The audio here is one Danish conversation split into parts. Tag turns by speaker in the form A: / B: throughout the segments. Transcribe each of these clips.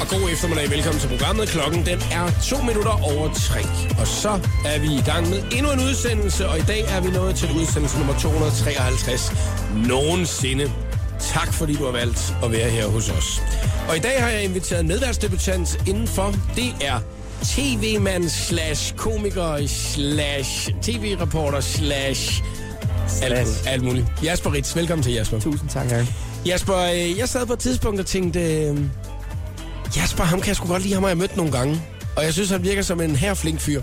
A: og god eftermiddag. Velkommen til programmet. Klokken den er to minutter over tre. Og så er vi i gang med endnu en udsendelse, og i dag er vi nået til udsendelse nummer 253 nogensinde. Tak fordi du har valgt at være her hos os. Og i dag har jeg inviteret en medværtsdebutant indenfor. Det er tv-mand slash komiker slash tv-reporter slash alt, alt muligt. Jasper Ritz, velkommen til Jasper.
B: Tusind tak, Jacob.
A: Jasper, øh, jeg sad på et tidspunkt og tænkte, øh, Jasper, ham kan jeg sgu godt lide, ham har jeg mødt nogle gange. Og jeg synes, han virker som en herflink fyr.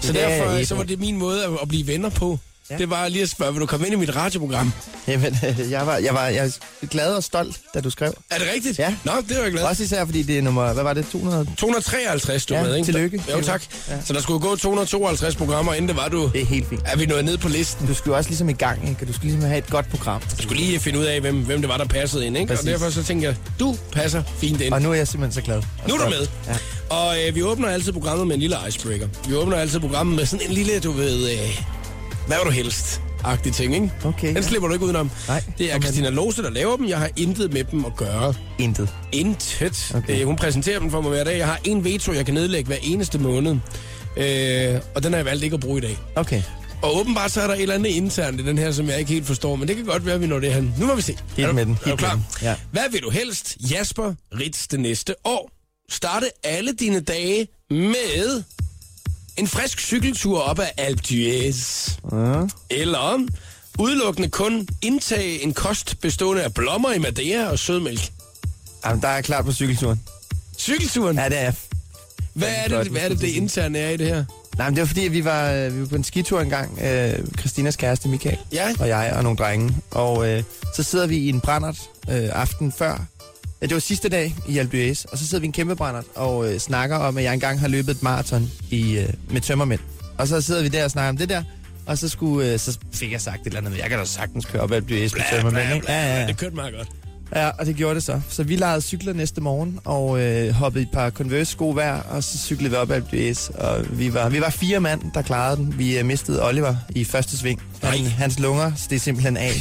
A: Så
B: Det er
A: derfor øh,
B: jeg
A: så var
B: enig.
A: det min måde at, at blive venner på. Ja.
B: Ja.
A: Det var lige at spørge, vil du komme ind i mit radioprogram?
B: Jamen, øh, jeg var, jeg var jeg er glad og stolt, da du skrev.
A: Er det rigtigt?
B: Ja.
A: Nå, det var jeg glad.
B: Også især, fordi det er nummer, hvad var det, 200?
A: 253, du
B: Ja,
A: med, ikke?
B: tillykke.
A: Jo, tak. Ja.
B: Ja.
A: Så der skulle gå 252 programmer, inden det var du.
B: Det er helt fint.
A: Er vi nået ned på listen?
B: Du skal jo også ligesom i gang, ikke? Du skal ligesom have et godt program.
A: Jeg skulle lige finde ud af, hvem, hvem det var, der passede ind, ikke?
B: Præcis.
A: Og derfor så tænker jeg, du passer fint ind.
B: Og nu er jeg simpelthen så glad. og
A: Nu er du
B: stolt.
A: med. Ja.
B: Ja.
A: Og øh, vi åbner altid programmet med en lille icebreaker. Vi åbner altid programmet med sådan en lille, du ved, øh, hvad vil du helst? agtig ting, ikke?
B: Okay,
A: Den
B: ja.
A: slipper du ikke udenom.
B: Nej.
A: Det er
B: Jamen.
A: Christina Lose, der laver dem. Jeg har intet med dem at gøre.
B: Intet.
A: Intet. Okay.
B: Okay.
A: Øh, hun præsenterer dem for mig hver dag. Jeg har en veto, jeg kan nedlægge hver eneste måned. Øh, og den har jeg valgt ikke at bruge i dag.
B: Okay.
A: Og åbenbart så er der et eller andet internt i den her, som jeg ikke helt forstår, men det kan godt være, at vi når det her. Nu må vi se.
B: Helt
A: er du,
B: med den.
A: Er du
B: Helt
A: klar?
B: med den. Ja.
A: Hvad vil du helst, Jasper Ritz, det næste år? Starte alle dine dage med en frisk cykeltur op ad Alpe d'Huez.
B: Ja.
A: Eller udelukkende kun indtage en kost bestående af blommer i Madeira og sødmælk.
B: Jamen, der er jeg klar på cykelturen.
A: Cykelturen?
B: Ja, det er jeg.
A: Hvad er det, hvad er det, det interne er i det her?
B: Nej, men det var fordi, at vi var, øh, vi var på en skitur engang. Øh, Christinas kæreste, Michael,
A: Ja.
B: og jeg og nogle drenge. Og øh, så sidder vi i en brændert øh, aften før. Ja, det var sidste dag i Albiøs, og så sidder vi i en kæmpe brændert og øh, snakker om, at jeg engang har løbet et maraton i, øh, med tømmermænd. Og så sidder vi der og snakker om det der, og så, skulle, øh, så fik jeg sagt et eller andet, med, jeg kan da sagtens køre op ad Albiøs med tømmermænd. ikke?" Ja, ja, ja.
A: Det kørte meget godt.
B: Ja, og det gjorde det så. Så vi lejede cykler næste morgen, og øh, hoppede i et par Converse-sko hver, og så cyklede vi op ad BS, og vi var, vi var fire mand, der klarede den. Vi øh, mistede Oliver i første sving. Han,
A: Nej.
B: hans lunger steg simpelthen af,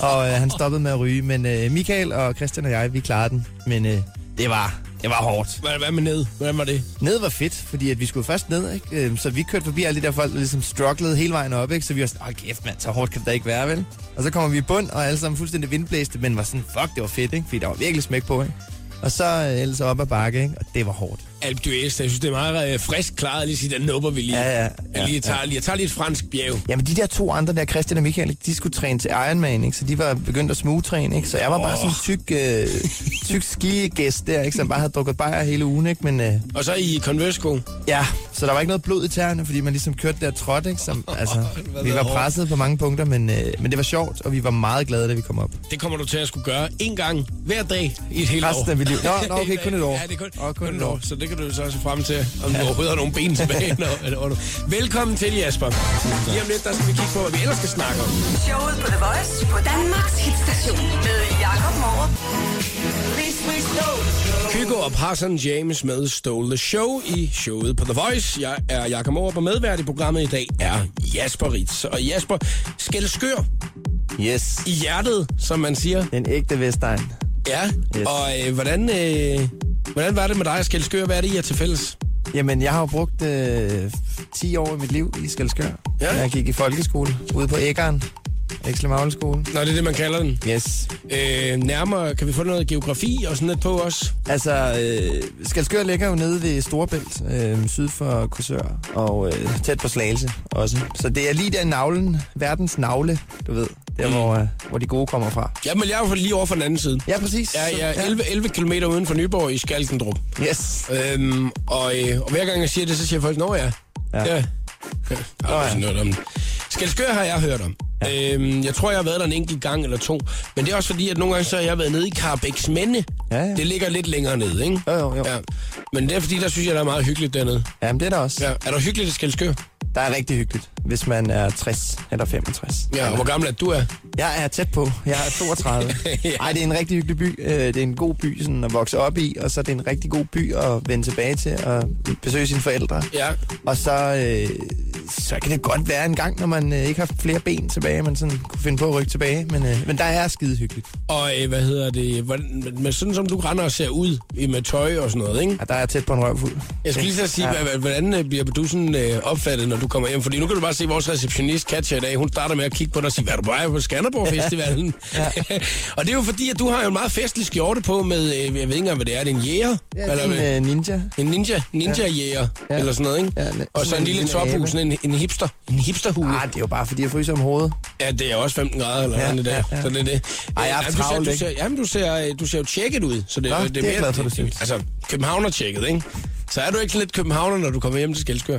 B: og øh, han stoppede med at ryge. Men øh, Michael og Christian og jeg, vi klarede den, men øh, det var... Det var hårdt.
A: Hvad, hvad med ned? Hvordan var det?
B: Ned var fedt, fordi at vi skulle først ned, ikke? Øhm, så vi kørte forbi alle de der folk, der ligesom strugglede hele vejen op. Ikke? Så vi var sådan, åh kæft mand, så hårdt kan det da ikke være, vel? Og så kommer vi i bund, og alle sammen fuldstændig vindblæste, men var sådan, fuck, det var fedt, ikke? fordi der var virkelig smæk på. Ikke? Og så øh, ellers op ad bakke, ikke? og det var hårdt.
A: Alpe d'Huez, jeg synes, det er meget øh, frisk klaret at lige sige, den nubber vi lige.
B: Ja, ja,
A: Jeg,
B: ja,
A: lige tager, lige, jeg tager lige et fransk bjerg.
B: Jamen de der to andre der, Christian og Michael, ikke? de skulle træne til Ironman, ikke? så de var begyndt at smugtræne, ikke? så jeg var bare sådan en tyk, øh, tyk skigæst der, ikke? som bare havde drukket bajer hele ugen, ikke? men øh,
A: Og så i converse -ko.
B: Ja, så der var ikke noget blod i tæerne, fordi man ligesom kørte der trådt, ikke? Som, altså,
A: Hvad
B: vi
A: der
B: var
A: hårdt.
B: presset på mange punkter, men, øh, men det var sjovt, og vi var meget glade, da vi kom op.
A: Det kommer du til at skulle gøre en gang hver dag i et helt
B: Resten
A: år.
B: af mit liv. Nå, nå, okay,
A: Helt
B: kun
A: dag.
B: et år.
A: Ja, det er kun,
B: Åh,
A: kun, kun et år. Så det kan du så se frem til, om du overhovedet har nogle ben tilbage. når, eller, når du- Velkommen til, Jasper. Lige om lidt, der skal vi kigge på, hvad vi ellers skal snakke om.
C: Showet på The Voice på Danmarks hitstation med Jakob Morup.
A: Kygo og Parson James med Stole the Show i showet på The Voice. Jeg er Jakob Morup, og medvært i programmet i dag er Jasper Ritz. Og Jasper, skældskør
B: Yes.
A: i hjertet, som man siger.
B: Den ægte Vestegn.
A: Ja, yes.
B: Yes.
A: og øh, hvordan, øh, hvordan var det med dig og Skældskør? Hvad er det, I er til fælles?
B: Jamen, jeg har jo brugt øh, 10 år i mit liv i Skalskør.
A: Ja.
B: Jeg gik i folkeskole ude på Æggeren. Eksle Magleskole.
A: Nå, det er det, man kalder den.
B: Yes.
A: Øh, nærmere, kan vi få noget geografi og sådan lidt på os?
B: Altså, øh, Skalskør ligger jo nede ved Storebælt, øh, syd for Korsør, og øh, tæt på Slagelse også. Så det er lige der i navlen, verdens navle, du ved, der
A: Mm.
B: hvor, øh, hvor de gode kommer fra.
A: Jamen, jeg er jo lige over for den anden side.
B: Ja, præcis.
A: Jeg
B: Så-
A: er 11, 11 km uden for Nyborg i Skalkendrup.
B: Yes.
A: Øhm, og, øh, og hver gang jeg siger det, så siger folk, nå ja. Ja.
B: Ja.
A: ja. ja. Jeg har
B: Nå ja.
A: også hørt om det. Skelskør har jeg hørt om. Ja. Øhm, jeg tror, jeg har været der en enkelt gang eller to. Men det er også fordi, at nogle gange så har jeg været nede i Carbæks Mænde.
B: Ja, ja.
A: Det ligger lidt længere nede, ikke?
B: Jo, jo, jo.
A: Ja. Men det er fordi, der synes jeg, der er meget hyggeligt dernede.
B: Jamen, det er der også.
A: Ja.
B: Ja.
A: Er der hyggeligt i Skelskør?
B: Der er rigtig hyggeligt, hvis man er 60 eller 65.
A: Ja, og hvor gammel er du er?
B: Jeg er tæt på. Jeg er 32.
A: Ja.
B: Nej, det er en rigtig hyggelig by. Øh, Det er en god by sådan, at vokse op i, og så er det en rigtig god by at vende tilbage til og besøge sine forældre.
A: Ja.
B: Og så øh, så kan det godt være en gang, når man øh, ikke har haft flere ben tilbage, man sådan kunne finde på at rykke tilbage. Men, øh, men der er skide hyggeligt.
A: Og øh, hvad hedder det, hvordan, men sådan som du render og ser ud i med tøj og sådan noget, ikke?
B: Ja, der er jeg tæt på en røvfuld.
A: Jeg skulle lige så sige,
B: Ja.
A: ja. hvordan øh, bliver du sådan øh, opfattet, når du kommer hjem? Fordi nu kan du bare se vores receptionist, Katja, i dag. Hun starter med at kigge på dig og sige, hvad er du bare på Skanderborg Festivalen? Ja. og det er jo fordi, at du har jo en meget festlig skjorte på med, øh, jeg ved ikke engang, hvad det er, det er en jæger?
B: Ja,
A: Eller hvad?
B: en øh, ninja.
A: En ninja, ninja jæger, ja.
B: Ja.
A: eller sådan noget, ikke?
B: Ja,
A: Ja,
B: ne-
A: og så
B: sådan
A: en
B: en
A: lille
B: lille
A: tophus, sådan en, en hipster, en hipsterhue.
B: Ah, det er jo bare, fordi jeg fryser om hovedet.
A: Ja, det er også 15 grader eller
B: Ja,
A: sådan noget der,
B: ja, ja.
A: så det er det.
B: Ej, jeg er
A: Jamen, du ser-
B: travlt,
A: du
B: ikke?
A: ser, jamen, du ser, øh, du ser jo tjekket ud, så det,
B: Nå,
A: øh,
B: det er jeg glad for, du synes.
A: Altså, københavner tjekket, ikke? Så er du ikke lidt københavner, når du kommer hjem til Skelskør?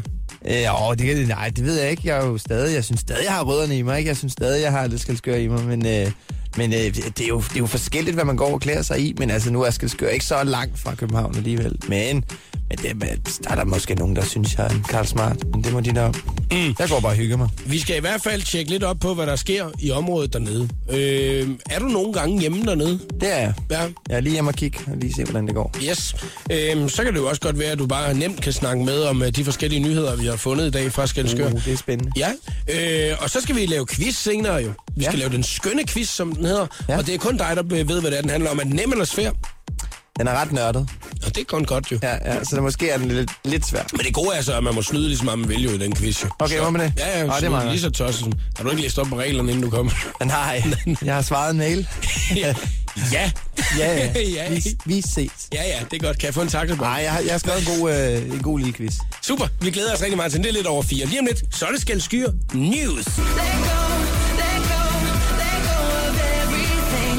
B: Øh, åh, det kan, nej, det ved jeg ikke. Jeg, er jo stadig, jeg synes stadig, jeg har rødderne i mig. Ikke? Jeg synes stadig, jeg har lidt skældskør i mig. Men, øh, men øh, det, er jo, det er jo forskelligt, hvad man går og klæder sig i. Men altså, nu er skældskør ikke så langt fra København alligevel. Men, men det, men der er der måske nogen, der synes, jeg er en Karl Smart. Men det må de nok. Mm. Jeg går bare og hygger mig.
A: Vi skal i hvert fald tjekke lidt op på, hvad der sker i området dernede. Øh, er du nogle gange hjemme dernede?
B: Det er jeg.
A: Ja.
B: Jeg er lige hjemme og kigge og lige se, hvordan det går.
A: Yes. Øhm, så kan det jo også godt være, at du bare nemt kan snakke med om øh, de forskellige nyheder, vi har fundet i dag fra Skelskør.
B: Uh, det er spændende.
A: Ja, øh, og så skal vi lave quiz senere jo. Vi skal
B: Ja.
A: lave den skønne quiz, som den hedder. Ja.
B: Ja.
A: Og det er kun dig, der øh, ved, hvad det er, den handler om. Er den nem eller svær?
B: Den er ret nørdet.
A: Og det er kun godt jo. Ja.
B: Ja, ja, så det måske er den lidt, lidt svær.
A: Men det gode er så, at man må snyde lige så meget, man vil jo i den quiz jo.
B: Okay,
A: så,
B: hvor med det?
A: Ja, ja,
B: Åh, Ah, det er
A: det er
B: meget
A: lige så tosset. som- Har du ikke læst op på reglerne, inden du kom?
B: Nej, jeg har svaret en mail.
A: ja. Ja.
B: Ja, Ah,
A: ja.
B: ja. Vi, vi ses.
A: Ja, ja, det er godt. Kan jeg få en taxabon?
B: Nej, jeg har, jeg har skrevet en god, øh, en god lille quiz.
A: Super, vi glæder os rigtig meget til den. Det er lidt over fire. Lige om lidt, så er det skal skyer
C: Let go,
A: news.
C: let go, let go of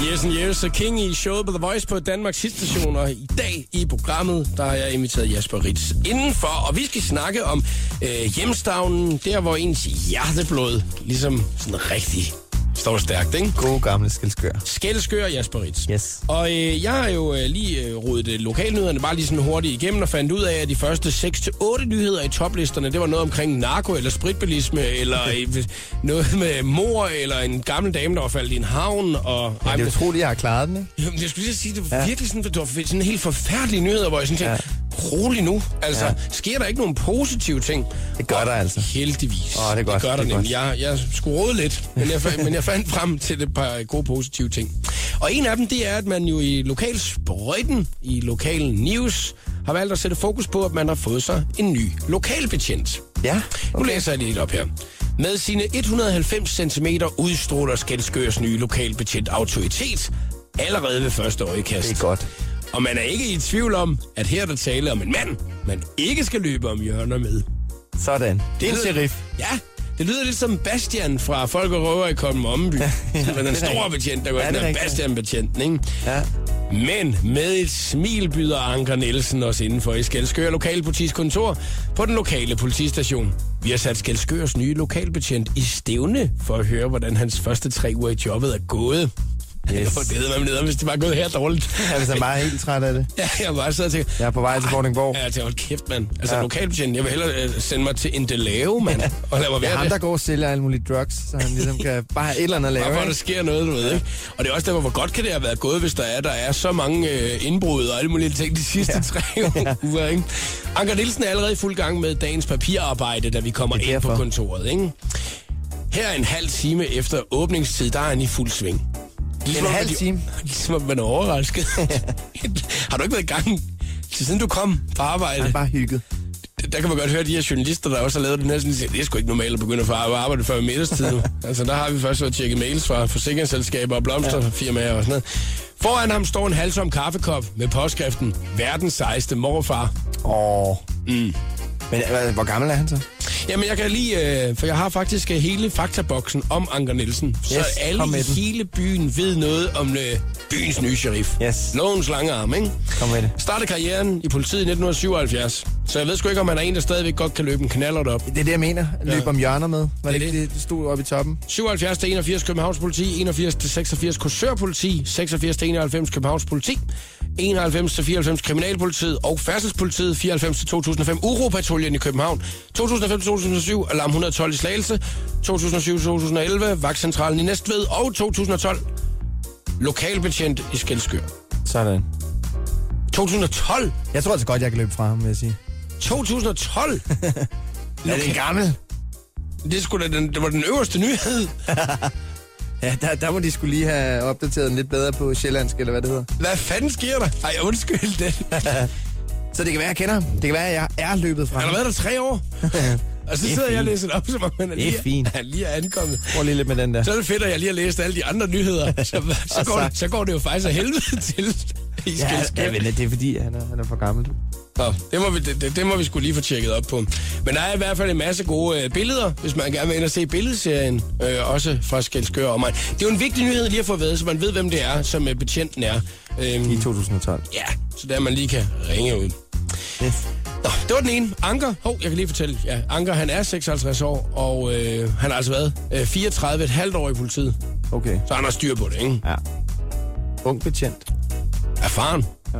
C: everything.
A: Yes and yes, så King i showet på The Voice på Danmarks hitstation, og i dag i programmet, der har jeg inviteret Jasper Ritz indenfor, og vi skal snakke om øh, hjemstavnen, der hvor ens hjerteblod ligesom sådan rigtig står stærkt, ikke?
B: Gode gamle skældskør.
A: Skældskør Jasper Ritz.
B: Yes.
A: Og øh, jeg har jo øh, lige øh, rodet øh, lokalnyhederne bare lige sådan hurtigt igennem og fandt ud af, at de første 6-8 nyheder i toplisterne, det var noget omkring narko eller spritbilisme, eller øh, noget med mor, eller en gammel dame, der var faldet i en havn. Og,
B: Det er utroligt, jeg har klaret den, ikke?
A: Jamen, jeg skulle lige sige, det var ja. virkelig sådan, det var sådan helt forfærdelige nyheder, hvor jeg sådan tænkte, ja. rolig nu. Altså, ja.
B: Ja.
A: sker der ikke nogen positive ting?
B: Det gør der altså.
A: Heldigvis.
B: Åh, det er godt,
A: Det gør der
B: det er
A: nemlig. Jeg, jeg skulle rode lidt, men jeg, fa- men jeg fandt frem til et par gode positive ting. Og en af dem, det er, at man jo i lokalsprøjten, i lokal news, har valgt at sætte fokus på, at man har fået sig en ny lokalbetjent.
B: Ja.
A: Nu læser jeg lige lidt op her. Med sine 190 cm udstråler Skelskørs nye lokalbetjent autoritet allerede ved første øjekast.
B: Det er godt.
A: Og man er ikke i tvivl om, at her er der tale om en mand, man ikke skal løbe om hjørner med.
B: Sådan. Det er en
A: lyder-
B: sheriff.
A: Ja, det lyder lidt som Bastian fra Folk og Røver i Kolden Ommeby. Men den store betjent, der går
B: Ja,
A: ja,
B: det er
A: den
B: rigtigt.
A: Bastian-betjenten, ikke?
B: Ja.
A: Men med et smil byder Anker Nielsen os indenfor i Skelskør Lokalpolitis kontor på den lokale politistation. Vi har sat Skelskørs nye lokalbetjent i stævne for at høre, hvordan hans første tre uger i jobbet er gået. Yes.
B: Yes.
A: Det ved man nede, hvis det bare er gået her dårligt.
B: Jeg er så meget helt træt af det.
A: Ja, jeg bare sidder og tænker,
B: Jeg er på vej til Vordingborg.
A: ja, til hold kæft, mand. Altså, ja.
B: Ja.
A: lokalbetjenten, jeg vil hellere øh, sende mig til en Delave, mand. Og lad mig
B: Det
A: være
B: er ham,
A: det.
B: der går og sælger alle mulige drugs, så han ligesom kan bare have et eller andet at lave.
A: Bare for, at der
B: ikke?
A: sker noget, du ved, ikke? Og det er også derfor, hvor godt kan det have været gået, hvis der er, der er så mange øh, indbrud og alle mulige ting de sidste ja. tre uger, ikke? Anker Nielsen er allerede i fuld gang med dagens papirarbejde, da vi kommer
B: Det er
A: ind på
B: derfor.
A: kontoret, ikke? Her en halv time efter åbningstid, der er han i fuld sving. Ligesom om,
B: halv
A: at de-
B: time?
A: Ligesom om man er overrasket. Har du ikke været i gang, siden du kom på arbejde?
B: Han er bare hygget.
A: der kan man godt høre, at de her journalister, der også har lavet den her, sådan, de siger, det er sgu ikke normalt at begynde at få arbejde før middagstid. nu." altså, der har vi først været tjekket mails fra forsikringsselskaber og blomsterfirmaer og sådan noget. Foran ham står en halsom kaffekop med påskriften, verdens sejeste morfar.
B: Åh. Mm. Men hva- hvor gammel er han så?
A: Jamen, jeg kan lige, øh, for jeg har faktisk øh, hele faktaboksen om Anker Nielsen. Så
B: Yes, kom
A: alle i
B: med den.
A: hele byen ved noget om øh, byens nye sheriff.
B: Yes.
A: Lovens lange arm, ikke?
B: Kom med det.
A: Startede karrieren i politiet i 1977. Så jeg ved sgu ikke, om han er en, der stadigvæk godt kan løbe en knallert op.
B: Det er det, jeg mener. Løb om hjørner med. Var det
A: Det er
B: ikke det, det stod oppe i toppen?
A: 77 til 81 Københavns Politi, 81 til 86 Korsør Politi, 86 til 91 Københavns Politi, 91 til 94 Kriminalpolitiet og Færdselspolitiet, 94 til 2005 Uropatruljen i København, 2005 til 2007 Alarm 112 i Slagelse, 2007 til 2011 Vagtcentralen i Næstved og 2012 Lokalbetjent i Skelskør.
B: Sådan.
A: 2012?
B: Jeg tror altså godt, jeg kan løbe fra ham, vil jeg sige.
A: 2012?
B: Er det en gammel?
A: det, skulle da den, det var den øverste nyhed.
B: Ja, der, der må de skulle lige have opdateret den lidt bedre på sjællandsk, eller hvad det hedder.
A: Hvad fanden sker der? Ej, undskyld det.
B: Så det kan være, jeg kender ham. Det kan være, at jeg er løbet fra
A: Han har været der tre år. Og så
B: Det er
A: sidder jeg og
B: fint.
A: læser det op, som om han er
B: Det er
A: lige,
B: fint.
A: han lige er ankommet.
B: Prøv lige lidt med den der.
A: Så er det fedt, at jeg lige har læst alle de andre nyheder. Så, så,
B: Og
A: går, det,
B: så-
A: så går det jo faktisk af helvede til. I
B: Ja,
A: skældskab.
B: ja, men det er fordi, han er, han er for gammel.
A: Nå, det må, vi, det- det, det må vi skulle lige få tjekket op på. Men der er i hvert fald en masse gode øh, billeder, hvis man gerne vil ind og se billedserien, øh, også fra Skelskør og mig. Det er jo en vigtig nyhed lige at få ved, så man ved, hvem det er, som øh, betjenten er. Øhm,
B: 2012.
A: ja, så der man lige kan ringe ud.
B: Yes.
A: Nå, det var den ene. Anker, hov, jeg kan lige fortælle. Ja, Anker, han er 56 år, og øh, han har altså været øh, 34 et halvt år i politiet.
B: Okay.
A: Så han har styr på det, ikke?
B: Ja. Ung betjent.
A: Erfaren.
B: Ja.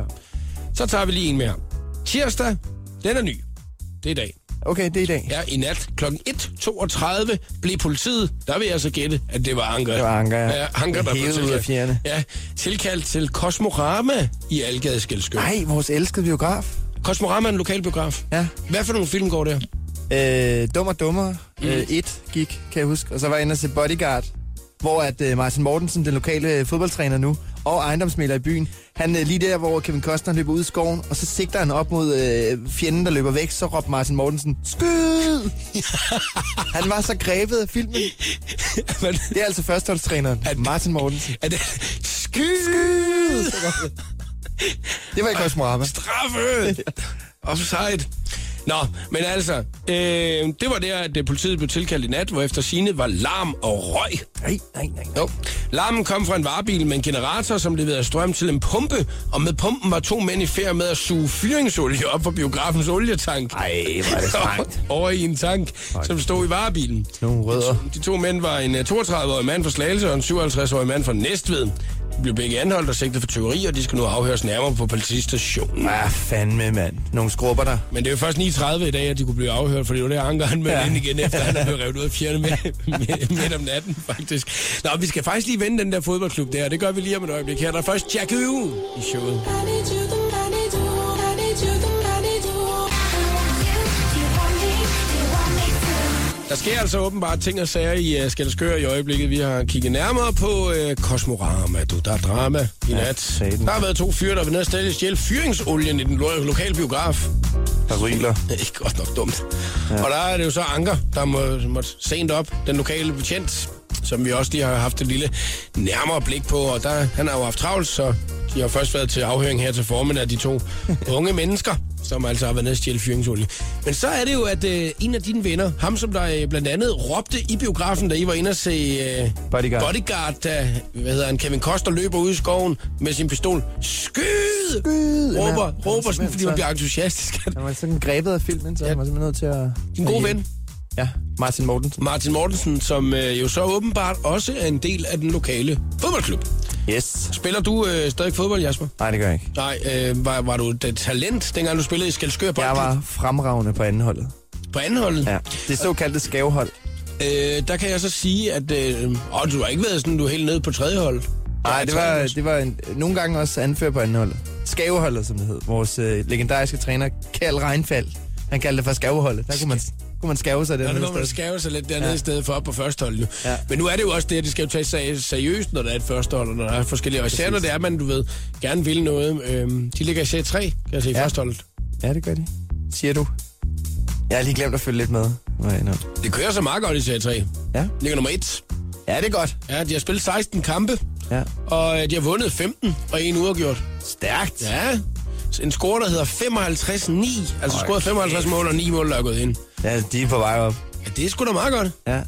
A: Så tager vi lige en mere. Tirsdag, den er ny. Det er i dag.
B: Okay, det er i dag.
A: Ja, i nat kl. 1.32 blev politiet, der vil jeg så gætte, at det var Anker.
B: Det var Anker, ja.
A: ja Anker, der
B: Hævet ud af
A: tilkaldt.
B: fjerne.
A: Ja, tilkaldt til Kosmorama i Algade Skelskø.
B: Nej, vores elskede biograf.
A: Kosmorama er en lokalbiograf.
B: Ja.
A: Hvad for nogle film går der?
B: Øh, Dummer Dummer. Øh, et gik, kan jeg huske. Og så var jeg inde og se Bodyguard, hvor at øh, Martin Mortensen, den lokale øh, fodboldtræner nu, og ejendomsmælder i byen, han øh, lige der, hvor Kevin Costner løber ud i skoven, og så sigter han op mod øh, fjenden, der løber væk, så råbte Martin Mortensen, skyd! han var så grebet af filmen.
A: Men,
B: Det er altså førsteholdstræneren, Martin Mortensen.
A: er det... Skyd!
B: Det var i Kosmorama.
A: Straffe! Offside. Nå, men altså, øh, det var der, at øh, politiet blev tilkaldt i nat, hvor efter sine var larm og røg.
B: Nej, nej, nej. nej.
A: Jo. Larmen kom fra en varebil med en generator, som leverede strøm til en pumpe, og med pumpen var to mænd i færd med at suge fyringsolie op fra biografens olietank.
B: Ej, hvor er det strengt.
A: Over i en tank, som stod i varebilen.
B: Nogle rødder.
A: De to mænd var en øh, 32-årig mand fra Slagelse og en 57-årig mand fra Næstved. De blev begge anholdt og sigtet for tyveri, og de skal nu afhøres nærmere på politistationen.
B: Ah, fandme, mand. Nogle skrubber der.
A: Men det er jo først 9.30 i dag, at de kunne blive afhørt, for det var det, Anker han med ja.
B: Ja.
A: ind igen, efter han er blevet revet ud af fjerne med, med, midt om natten, faktisk. Nå, vi skal faktisk lige vende den der fodboldklub der, og det gør vi lige om et øjeblik her. Der er først Jack U i showet.
D: I need you to, I need you, I need you to, I need you. I want you, you want me, you want me too.
A: Der sker altså åbenbart ting og sager i uh, Skelskør i øjeblikket. Vi har kigget nærmere på uh, Kosmorama. Du, der er drama i nat.
B: satan.
A: der har været to fyre, der vil ned og stille stjæle fyringsolien i den lo- lokale biograf.
B: Der riler.
A: Det er ikke godt nok dumt. Ja. Og der er det jo så Anker, der må, måtte sent op, den lokale betjent, som vi også lige har haft et lille nærmere blik på. Og der, han har jo haft travlt, så de har først været til afhøring her til formiddag af de to unge mennesker, som altså har været nede og stjæle fyringsolie. Men så er det jo, at øh, en af dine venner, ham som der øh, blandt andet råbte i biografen, da I var inde og se øh,
B: Bodyguard.
A: Bodyguard, da, hvad hedder han, Kevin Koster løber ud i skoven med sin pistol. Skyd!
B: Skyd!
A: Råber,
B: Ja,
A: råber sådan,
B: simpelthen
A: fordi man
B: så-
A: bliver entusiastisk.
B: Han var sådan grebet af filmen, så ja. han var simpelthen nødt til at...
A: En god ven.
B: Ja, Martin Mortensen.
A: Martin Mortensen, som øh, jo så åbenbart også er en del af den lokale fodboldklub.
B: Yes.
A: Spiller du øh, stadig fodbold, Jasper?
B: Nej, det gør jeg ikke.
A: Nej, øh, var, var du et talent, dengang du spillede i Skelskør
B: Jeg
A: Boldklub?
B: var fremragende på andenholdet.
A: På anholdet?
B: Ja. Det såkaldte skævehold.
A: Øh, der kan jeg så sige, at øh, åh, du har ikke været sådan, du er helt nede på tredje hold.
B: Nej,
A: Ja,
B: det
A: tredje
B: var,
A: hold.
B: det var en, nogle gange også anfører på andenholdet. Skæveholdet, som det hed. Vores øh, legendariske træner, Karl Reinfald. Han kaldte det for skæveholdet. Der kunne man, kunne man skæve sig.
A: Ja,
B: Den
A: nu må man skæve sig lidt dernede ja.
B: Ja.
A: i stedet for op på første hold. Jo. Ja.
B: Ja.
A: Men nu er det jo også det, at det skal jo tages seri- seriøst, når der er et første hold, og når der er forskellige. Og især når det er, at man, du ved, gerne vil noget. Øh, de ligger i serie 3, kan jeg se, i ja.
B: Ja.
A: første holdet.
B: ja, det gør de. Siger du? Jeg har lige glemt at følge lidt med. Må jeg indrømme.
A: Det kører så meget godt i serie 3.
B: Ja.
A: Ligger nummer 1.
B: ja, det er godt.
A: Ja, de har spillet 16 kampe,
B: Ja.
A: og øh, de har vundet 15 og en uafgjort.
B: Stærkt. Ja.
A: Ja, Så en score, der hedder 55-9. Altså scoret 55 mål og 9 mål, der er gået ind.
B: ja, de er på vej op.
A: Ja, det er sgu da meget godt.
B: Ja. Jamen,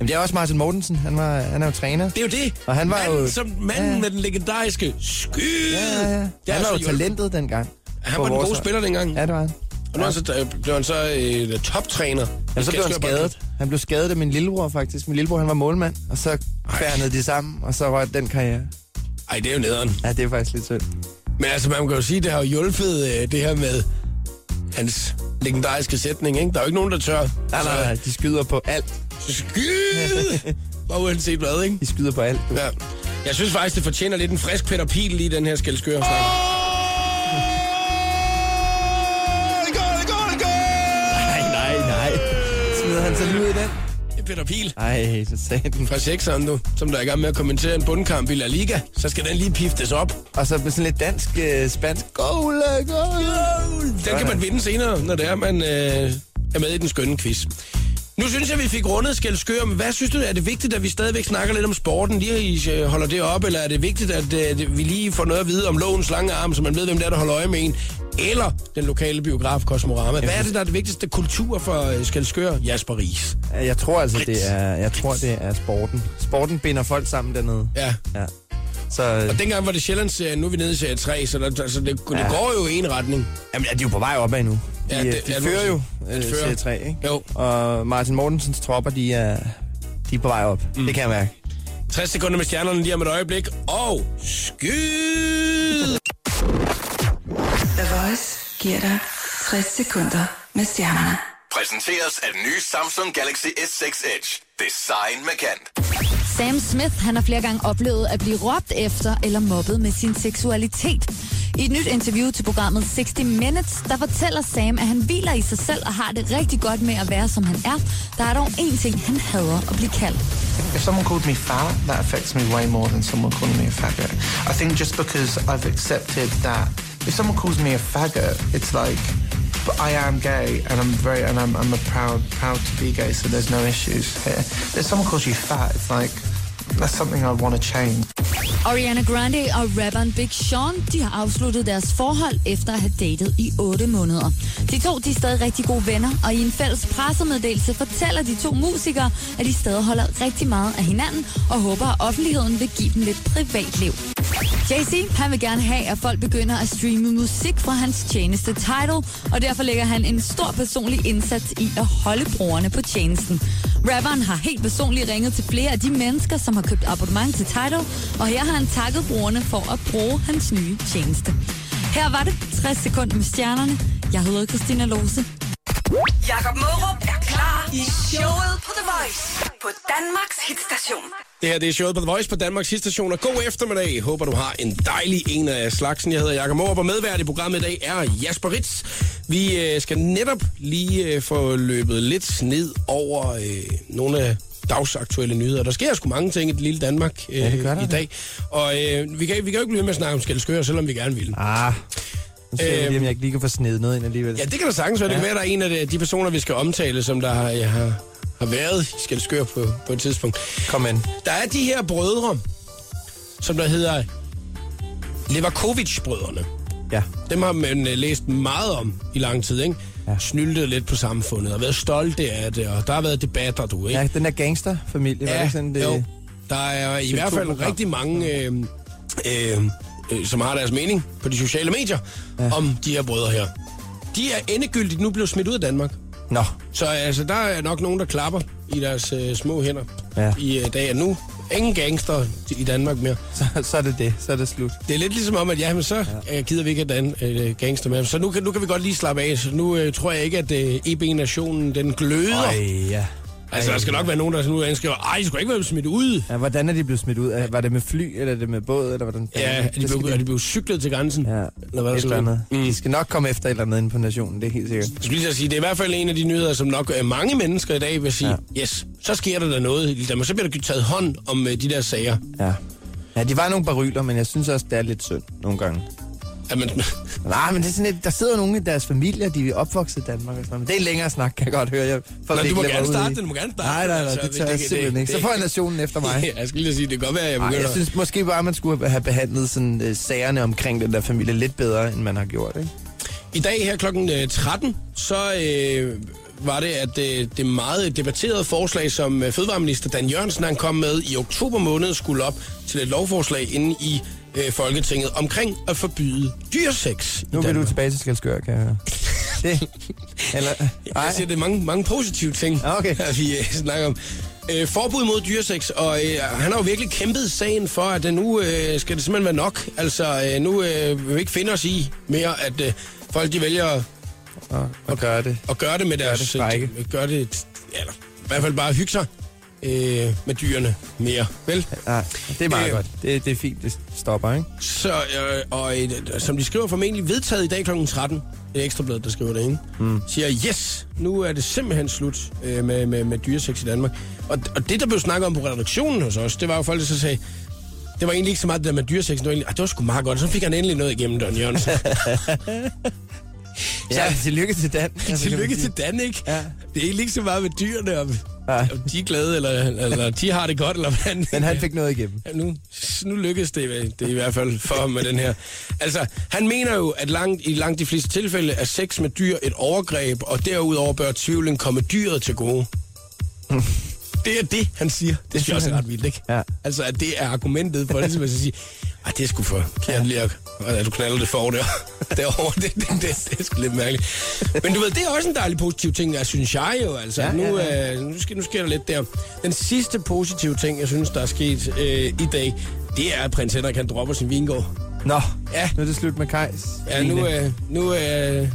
B: det er også Martin Mortensen. Han, var, han er jo træner.
A: Det er jo det.
B: Og han var
A: manden,
B: jo-
A: Som manden
B: Ja.
A: med den legendariske skyd.
B: Ja, ja.
A: Det er
B: Han var jo
A: altså jo-
B: talentet dengang.
A: Han
B: på
A: var den
B: vores
A: gode
B: hold.
A: spiller dengang.
B: Ja, det var han.
A: Og nu er han så, øh, blev han så øh, toptræner.
B: Jamen, så
A: Skal
B: blev han
A: jeg spørge-
B: skadet. Han blev skadet af min lillebror, faktisk. Min lillebror, han var målmand, og så kværnede de sammen, og så røg den karriere.
A: Ej, det er jo nederen.
B: Ja, det er faktisk lidt sødt.
A: Men altså, man kan jo sige, at det har jo hjulpet øh, det her med hans legendariske sætning, ikke? Der er jo ikke nogen, der tør. Altså,
B: Nej, nej, nej, øh, de skyder på alt.
A: Skyd! Bare uanset hvad, ikke?
B: De skyder på alt.
A: Ja. Jeg synes faktisk, det fortjener lidt en frisk Peter Pil lige i den her skældskøre.
B: Nej, nej, nej. Smider han sig lige ud i den?
A: Peter Pil
B: Ej, så sagde den.
A: fra sekseren nu, som der er i gang med at kommentere en bundkamp i La Liga. Så skal den lige piftes op.
B: Og så med sådan lidt dansk, øh, spansk. Goal, øh, goal.
A: Den kan man vinde senere, når det er, man øh, er med i den skønne quiz. Nu synes jeg, vi fik rundet Skelskør, men hvad synes du, er det vigtigt, at vi stadigvæk snakker lidt om sporten, lige at I øh, holder det op, eller er det vigtigt, at øh, det- vi lige får noget at vide om lovens lange arm, så man ved, hvem det er, der holder øje med en, eller den lokale biograf Kosmorama? Hvad er det, der er det vigtigste kultur for øh, Skelskør? Jasper Ries.
B: Jeg tror altså, det er, jeg tror, det er sporten. Sporten binder folk sammen dernede.
A: Ja.
B: ja. Så øh,
A: Og dengang var det Sjællandsserien, nu er vi nede i serie 3, så, der, så det, det
B: Ja.
A: går jo i en retning.
B: jamen, ja, de er jo på vej opad nu. De,
A: Ja,
B: ja,
A: det-
B: det, de
A: ja, nu-
B: fører jo
A: de
B: øh,
A: fører.
B: serie 3, ikke?
A: Jo.
B: Og Martin Mortensens tropper, de er, de er på vej op. Mm. Det kan jeg mærke.
A: 60 sekunder med stjernerne lige om et øjeblik, og skyd!
E: The Voice giver dig 60 sekunder med stjernerne.
F: Præsenteres af den nye Samsung Galaxy S6 Edge. Design med kant.
G: Sam Smith han har flere gange oplevet at blive råbt efter eller mobbet med sin seksualitet. I et nyt interview til programmet 60 Minutes, der fortæller Sam, at han hviler i sig selv og har det rigtig godt med at være, som han er. Der er dog én ting, han hader at blive kaldt.
H: If someone called me fat, that affects me way more than someone calling me a faggot. I think just because I've accepted that if someone calls me a faggot, it's like, but I am gay and I'm very, and I'm, I'm a proud, proud to be gay, so there's no issues here. If someone calls you fat, it's like, that's something I want to change.
G: Ariana Grande og rapperen Big Sean, de har afsluttet deres forhold efter at have datet i 8 måneder. De to de er stadig rigtig gode venner, og i en fælles pressemeddelelse fortæller de to musikere, at de stadig holder rigtig meget af hinanden, og håber, at offentligheden vil give dem lidt privatliv. Jay-Z han vil gerne have, at folk begynder at streame musik fra hans tjeneste Tidal, og derfor lægger han en stor personlig indsats i at holde brugerne på tjenesten. Rapperen har helt personligt ringet til flere af de mennesker, som har købt abonnement til Tidal, og her har han takket brugerne for at bruge hans nye tjeneste. Her var det 60 sekunder med stjernerne. Jeg hedder Christina Lose.
E: Jakob Mørup er klar i showet på The Voice på Danmarks hitstation.
A: Det her det er showet på The Voice på Danmarks station, og god eftermiddag. Håber, du har en dejlig en af slagsen. Jeg hedder Jakob Morup, og medvært i programmet i dag er Jasper Ritz. Vi øh, skal netop lige øh, få løbet lidt ned over øh, nogle af dagsaktuelle nyheder. Der sker sgu mange ting i det lille Danmark øh, ja,
B: det gør der
A: i
B: da.
A: dag. Og øh, vi, kan, vi kan jo ikke blive ved med at snakke om skældskøer, selvom vi gerne vil.
B: Ah, nu ser jeg
A: Øhm.
B: lige, om jeg ikke lige kan få snedet noget ind alligevel.
A: Ja, det kan da sagtens være. Det kan være, der er en af de- de personer, vi skal omtale, som der har, ja, har, har været i skældskøer på, på et tidspunkt.
B: Kom ind.
A: Der er de her brødre, som der hedder Levakovic-brødrene.
B: Ja.
A: Dem har man øh, læst meget om i lang tid, ikke? Ja.
B: Ja.
A: Snyltet lidt på samfundet og været stolte af det, og der har været debatter, du, ikke?
B: Ja, den der gangsterfamilie, var det ikke sådan, det...
A: jo. Der er i hvert fald
B: TV2-program.
A: rigtig mange, øh, øh, øh, som har deres mening på de sociale medier ja. om de her brødre her. De er endegyldigt nu blevet smidt ud af Danmark.
B: Nå,
A: Så altså, der er nok nogen, der klapper i deres øh, små hænder ja.
B: Ja.
A: i øh, dag. Og nu ingen gangster i Danmark mere.
B: så, så er det det. Så er det slut.
A: Det er lidt ligesom om, at jamen, så ja. gider vi ikke, at der er en øh, gangster med. Så nu kan, nu kan vi godt lige slappe af. Så nu øh, tror jeg ikke, at øh, EB-nationen den gløder. Ej.
B: ja.
A: Altså, der skal nok være nogen, der nu anskriver, ej, de skulle ikke være smidt ud.
B: ja. Hvordan er de blevet smidt ud? Er- Var det med fly, eller er det med båd, eller hvordan?
A: Ja, er
B: Det
A: de
B: skal
A: blev, er de blev cyklet til grænsen.
B: Ja,
A: Eller hvad der
B: et
A: stod.
B: eller andet.
A: Mm.
B: De skal nok komme efter et eller andet inde på nationen, det er helt sikkert.
A: Jeg skulle lige så sige, det er i hvert fald en af de nyheder, som nok øh, mange mennesker i dag vil sige, ja. yes, så sker der da noget i Danmark. Så bliver der taget hånd om øh, de der sager.
B: Ja. Ja, de var nogle baryler, men jeg synes også, det er lidt synd nogle gange.
A: At man,
B: Nej, men det er sådan lidt, der sidder jo nogle i deres familier, de er opvokset i Danmark og sådan noget. Men det er en længere snak, kan jeg godt høre. Jeg får
A: Nå, du må
B: virkelig
A: gerne
B: mig ud
A: starte
B: i.
A: den, du må gerne starte
B: Nej, nej, nej,
A: den, altså.
B: det tør jeg
A: Det- det-
B: simpelthen
A: det-
B: ikke. Så
A: det-
B: får jeg nationen efter mig.
A: ja, jeg skulle lige så sige, det kan godt være, at jeg
B: Ej,
A: begynder.
B: jeg synes måske bare, man skulle have behandlet sådan, øh, sagerne omkring den der familie lidt bedre, end man har gjort, ikke?
A: I dag her klokken øh, 13, så øh, var det, at øh, det meget debatterede forslag, som øh, Fødevareminister Dan Jørgensen han kom med i oktober måned, skulle op til et lovforslag inde i øh, Folketinget omkring at forbyde dyresex i
B: Nu vil
A: Danmark.
B: du tilbage til Skelskør, kan jeg høre. Det, eller,
A: Jeg siger,
B: nej,
A: det er mange, mange positive ting,
B: Ja, okay.
A: at vi øh, snakker om. Øh, forbud mod dyresex, og øh, han har jo virkelig kæmpet sagen for, at øh, nu øh, skal det simpelthen være nok. Altså, øh, nu øh, vil vi ikke finde os i mere, at øh, folk de vælger at
B: og gør det.
A: at gøre det med deres... øh,
B: det frække.
A: Gør det, eller i hvert fald bare hygge sig øh, med dyrene mere, vel?
B: Nej, det er meget
A: Øh.
B: øh. godt. Det, det er fint, det stopper, ikke?
A: Så, øh, og øh, som de skriver formentlig vedtaget i dag kl. 13, det er Ekstrabladet, der skriver det, ikke? Mm. siger, yes, nu er det simpelthen slut øh, med, med, med dyreseks i Danmark. Og, og det, der blev snakket om på redaktionen hos os, det var jo folk, der så sagde, det var egentlig ikke så meget det der med dyreseks, det var, egentlig, ah, det var sgu meget godt, så fik han endelig noget igennem, Don Jørgensen.
B: Ja, så, tillykke til Dan. Altså, kan man
A: Tillykke
B: sige.
A: til Dan, ikke?
B: Ja.
A: Det er egentlig ikke så meget med dyrene, om,
B: Nej.
A: om de er glade, eller, eller de har det godt, eller hvordan.
B: Men han fik noget igennem.
A: Mm. Ja, nu, nu lykkedes det, det i hvert fald for ham med den her. Altså, han mener jo, at langt, i langt de fleste tilfælde er sex med dyr et overgreb, og derudover bør tvivlen komme dyret til gode. det er det, han siger. Det synes jeg også er ret vildt, ikke?
B: Ja.
A: Altså, at det er argumentet for ligesom at sige, ej, det er sgu for kært lige at, at du knalder det for der. Derovre, det, det, det, det er sgu lidt mærkeligt. Men du ved, det er også en dejlig positiv ting, jeg synes jeg jo, altså. Ja,
B: Ja,
A: nu,
B: ja,
A: Øh, nu, sker, nu sker der lidt der. Den sidste positive ting, jeg synes, der er sket øh, i dag, det er, at prins Henrik, han dropper sin vingård.
B: Nå,
A: Ja.
B: ja. nu er det slut med Kajs.
A: Ja, nu, øh, nu øh,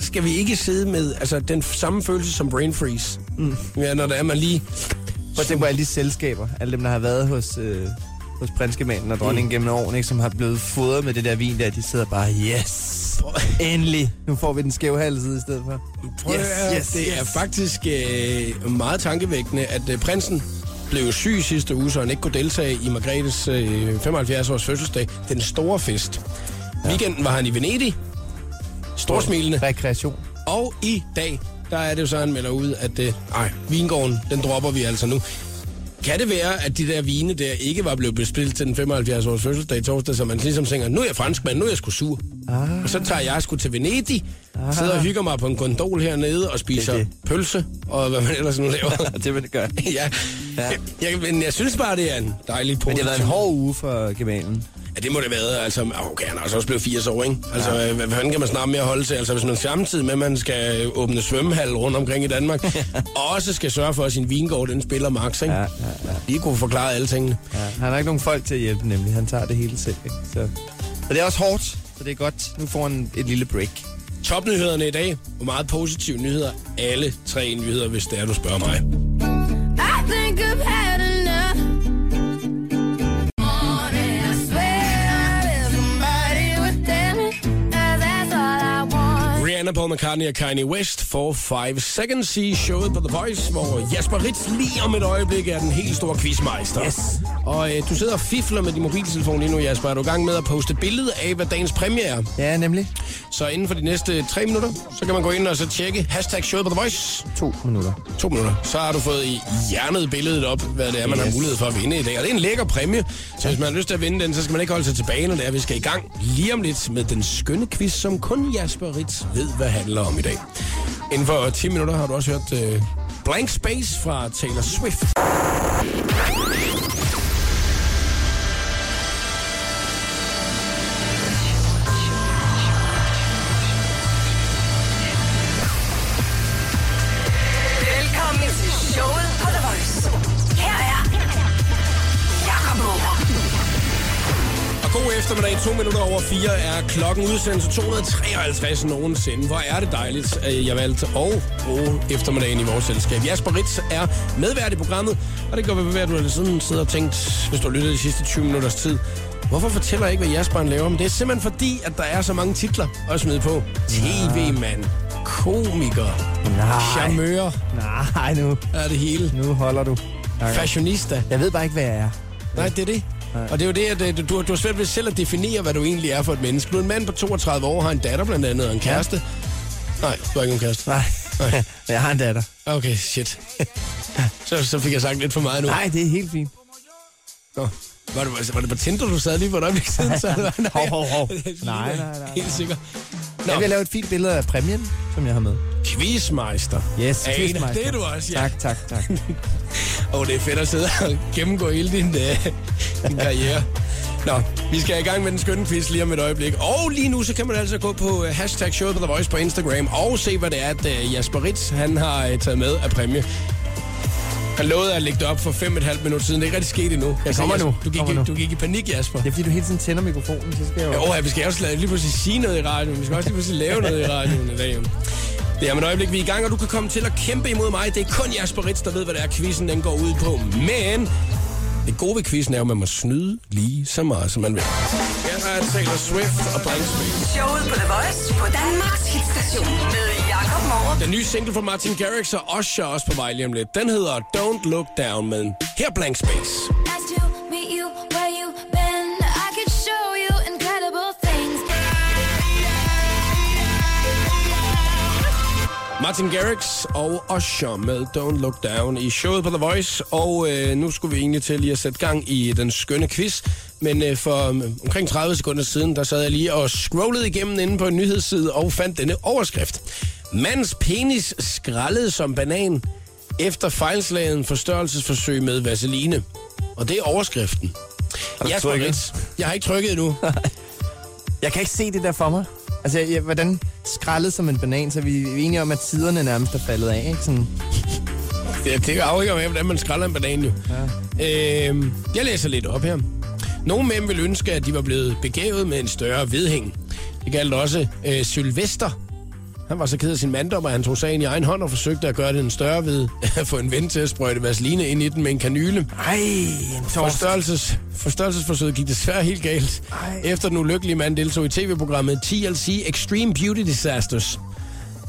A: skal vi ikke sidde med altså, den f- samme følelse som brain freeze. Mm. Ja, når der er, man lige...
B: Prøv at tænke på alle de selskaber, alle dem, der har været hos, øh, hos prinskemanden og dronningen gennem årene, ikke, som har blevet fodret med det der vin der, de sidder bare, yes, endelig, nu får vi den skæve halside i stedet for.
A: Prøv yes, yes, det er faktisk øh, meget tankevækkende, at øh, prinsen blev jo syg sidste uge, så han ikke kunne deltage i Margrethes øh, 75-års fødselsdag, den store fest. Ja. Weekenden var han i Venedig, storsmilende,
B: Rekreation.
A: Og i dag, der er det jo så, han melder ud, at øh, ej, vingården, den dropper vi altså nu. Kan det være, at de der vine der ikke var blevet bespillet til den 75-års fødselsdag i torsdag, så man ligesom tænker, nu er jeg franskmand, nu er jeg sgu sur. Ah. Og så tager jeg sgu til Venedig, ah. sidder og hygger mig på en gondol hernede og spiser
B: Det er
A: det.
B: det.
A: pølse og hvad man ellers nu laver.
B: det vil det gøre. Men
A: ja. ja.
B: Ja.
A: Jeg, men jeg synes bare, det er en dejlig positiv.
B: det har været en hård uge for gemalen.
A: Ja, det må det være. Altså, okay, han er altså også blevet 80 år, ikke? Altså, ja. hvad fanden kan man snart mere holde til? Altså, hvis man samtidig med, at man skal åbne svømmehal rundt omkring i Danmark, også skal sørge for, at sin vingård, den spiller max, ikke?
B: Ja, ja,
A: ja. Lige kunne forklare alle tingene.
B: Ja, han har ikke nogen folk til at hjælpe nemlig, han tager det hele selv. Ikke? Så. så det er også hårdt, så det er godt. Nu får han et lille break.
A: Topnyhederne i dag, og meget positive nyheder. Alle tre nyheder, hvis det er, du spørger mig.
D: I think I've had enough. Morning, I swear I live somebody with them. 'cause that's all I want.
A: Rihanna, Paul McCartney og Kanye West for 5 seconds i showet på The Voice, hvor Jasper Ritz lige om et øjeblik er den helt store quizmeister. Yes. Og øh, du sidder og fifler med din mobiltelefon lige nu, Jasper. Er du i gang med at poste billede af, hvad dagens premiere er?
B: Ja, nemlig.
A: Så inden for de næste 3 minutter, så kan man gå ind og så tjekke hashtag showet på The Voice.
B: To minutter.
A: 2 minutter. Så har du fået i hjernet billedet op, hvad det er, man yes. har
B: Yes.
A: mulighed for at vinde i dag. Og det er en lækker præmie, så hvis man har lyst til at vinde den, så skal man ikke holde sig tilbage, når det er, vi skal i gang lige om lidt med den skønne quiz, som kun Jasper Ritz ved, hvad handler om i dag. Inden for 10 minutter har du også hørt øh, Blank Space fra Taylor Swift.
E: Velkommen til showet på The Voice. Her er Jakob Mørup.
A: Og god eftermiddag. To minutter over fire er klokken udsendelse 253 nogensinde. Hvor er det dejligt, at jeg valgte at bruge eftermiddagen i vores selskab. Jasper Ritz er medvært i programmet, og det gør vi ved, at du har siden sidder og tænkt, hvis du har lyttet de sidste 20 minutters tid, Hvorfor fortæller jeg ikke, hvad Jasper han laver? Men det er simpelthen fordi, at der er så mange titler at smide på. TV-mand, komiker,
B: Nej,
A: charmeur,
B: nej nu.
A: der er det hele.
B: Nu holder du. Jakob.
A: Fashionista.
B: Jeg ved bare ikke, hvad jeg er.
A: Nej, det er det. Og det er jo det, at øh, du, du har- du har svært ved selv at definere, hvad du egentlig er for et menneske. Du er en mand på 32 år, har en datter blandt andet, og en kæreste. Nej, du har ikke en kæreste.
B: Nej.
A: Nej.
B: Men jeg har en datter.
A: Okay, shit. Så, så fik jeg sagt lidt for meget nu.
B: Nej, det er helt fint.
A: Nå. Var det, var det på Tinder, du sad lige for et øjeblik siden? Så? Nej,
B: Hov, hov, hov.
A: Det er lige-
B: Nej, nej, nej,
A: Helt sikkert.
B: Jeg
A: Nå,
B: vil lave et fint billede af præmien, som jeg har med.
A: quizmeister.
B: Yes,
A: Ana,
B: quizmeister.
A: Det er du også, ja.
B: Tak, tak, tak.
A: Åh, oh, det er fedt at sidde og gennemgå hele din, uh, din karriere. Nå, vi skal i gang med den skønne quiz lige om et øjeblik. Og lige nu, så kan man altså gå på øh, hashtag showet på The Voice på Instagram og se, hvad det er, at øh, Jasper Ritz, han har øh, taget med af præmie. Han lovede at lægge det op for fem og et halvt minut siden. Det er ikke rigtig sket endnu. Jeg
B: kommer
A: ser, Jas-
B: nu.
A: Du gik,
B: Kommer nu.
A: du gik i panik, Jasper.
B: Det er fordi, du hele tiden tænder mikrofonen, så skal jeg jo...
A: Ja, Åh, ja, vi skal også lige pludselig sige noget i radioen. Vi skal også lige pludselig lave noget i radioen i dag. jo. Det er om et øjeblik, vi er i gang, og du kan komme til at kæmpe imod mig. Det er kun Jasper Ritz, der ved, hvad det er, quizzen den går ud på. Men det gode ved quizzen er, at man må snyde lige så meget, som man vil. Her er Taylor Swift og Blank Space.
E: Showet på The Voice på Danmarks hitstation med Jakob Morup.
A: Den nye single fra Martin Garrix og Usher er også på vej lige om lidt. Den hedder Don't Look Down, men her er Blank Space.
D: Nice to meet you. Where you been? I could show you incredible things.
A: Martin Garrix og Usher med Don't Look Down i showet på The Voice. Og øh, nu skulle vi egentlig til lige at sætte gang i den skønne quiz. Men øh, for øh, omkring 30 sekunder siden, der sad jeg lige og scrollede igennem inde på en nyhedsside og fandt denne overskrift. Mands penis skrallede som banan efter fejlslagen forstørrelsesforsøg med vaseline. Og det er overskriften.
B: du
A: Jasper
B: trykket?
A: Ritz, Jeg har ikke trykket endnu.
B: Jeg kan ikke se det der for mig. Altså, jeg, jeg, hvordan skrællet som en banan, så vi er enige om, at tiderne nærmest er faldet af, ikke? Sådan,
A: Det, det afhænger af, hvordan man skræller en banan jo. Ja. Øhm, jeg læser lidt op her. Nogle mænd ville ønske, at de var blevet begavet med en større vedhæng. Det galt også øh, Sylvester. Han var så ked af sin manddom, at han tog sagen i egen hånd og forsøgte at gøre den større ved at få en ven til at sprøjte vaseline ind i den med en kanyle.
B: Ej, en torsk.
A: Forstørrelses, forstørrelsesforsøget gik desværre helt galt,
B: Ej.
A: efter den ulykkelige mand deltog i tv-programmet TLC Extreme Beauty Disasters.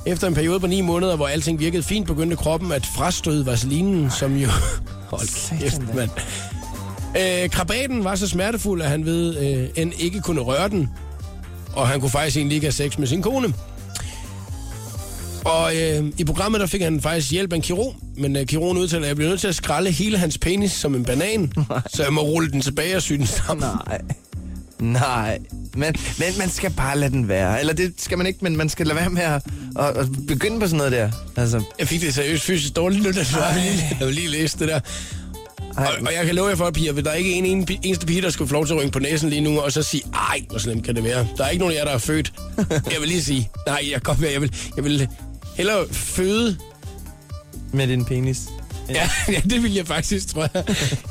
A: Efter en periode på ni måneder, hvor alting virkede fint, begyndte kroppen at frastøde vaselinen, som jo... Hold
B: Satan
A: kæft,
B: da.
A: mand. Øh, krabaten var så smertefuld, at han ved øh, end ikke kunne røre den, og han kunne faktisk egentlig ikke have sex med sin kone. Og øh, i programmet der fik han faktisk hjælp af en kirurg, men øh, kirurgen udtaler, at jeg bliver nødt til at skralde hele hans penis som en banan, så jeg må rulle den tilbage og sy den sammen.
B: Nej. Nej. Men, men man skal bare lade den være. Eller det skal man ikke, men man skal lade være med at, at, at begynde på sådan noget der. Altså,
A: Jeg fik det seriøst fysisk dårligt nu, da jeg lige, jeg vil lige læse det der.
B: ej,
A: Og, og jeg kan love jer for, piger, at der er ikke en, en eneste pige, der skulle få lov til at rynke på næsen lige nu, og så sige, ej, hvor slemt kan det være. Der er ikke nogen af jer, der er født. Jeg vil lige sige, nej, jeg kan godt være, jeg vil, jeg vil hellere føde
B: med din penis.
A: Ja, ja, det vil jeg faktisk, tror jeg,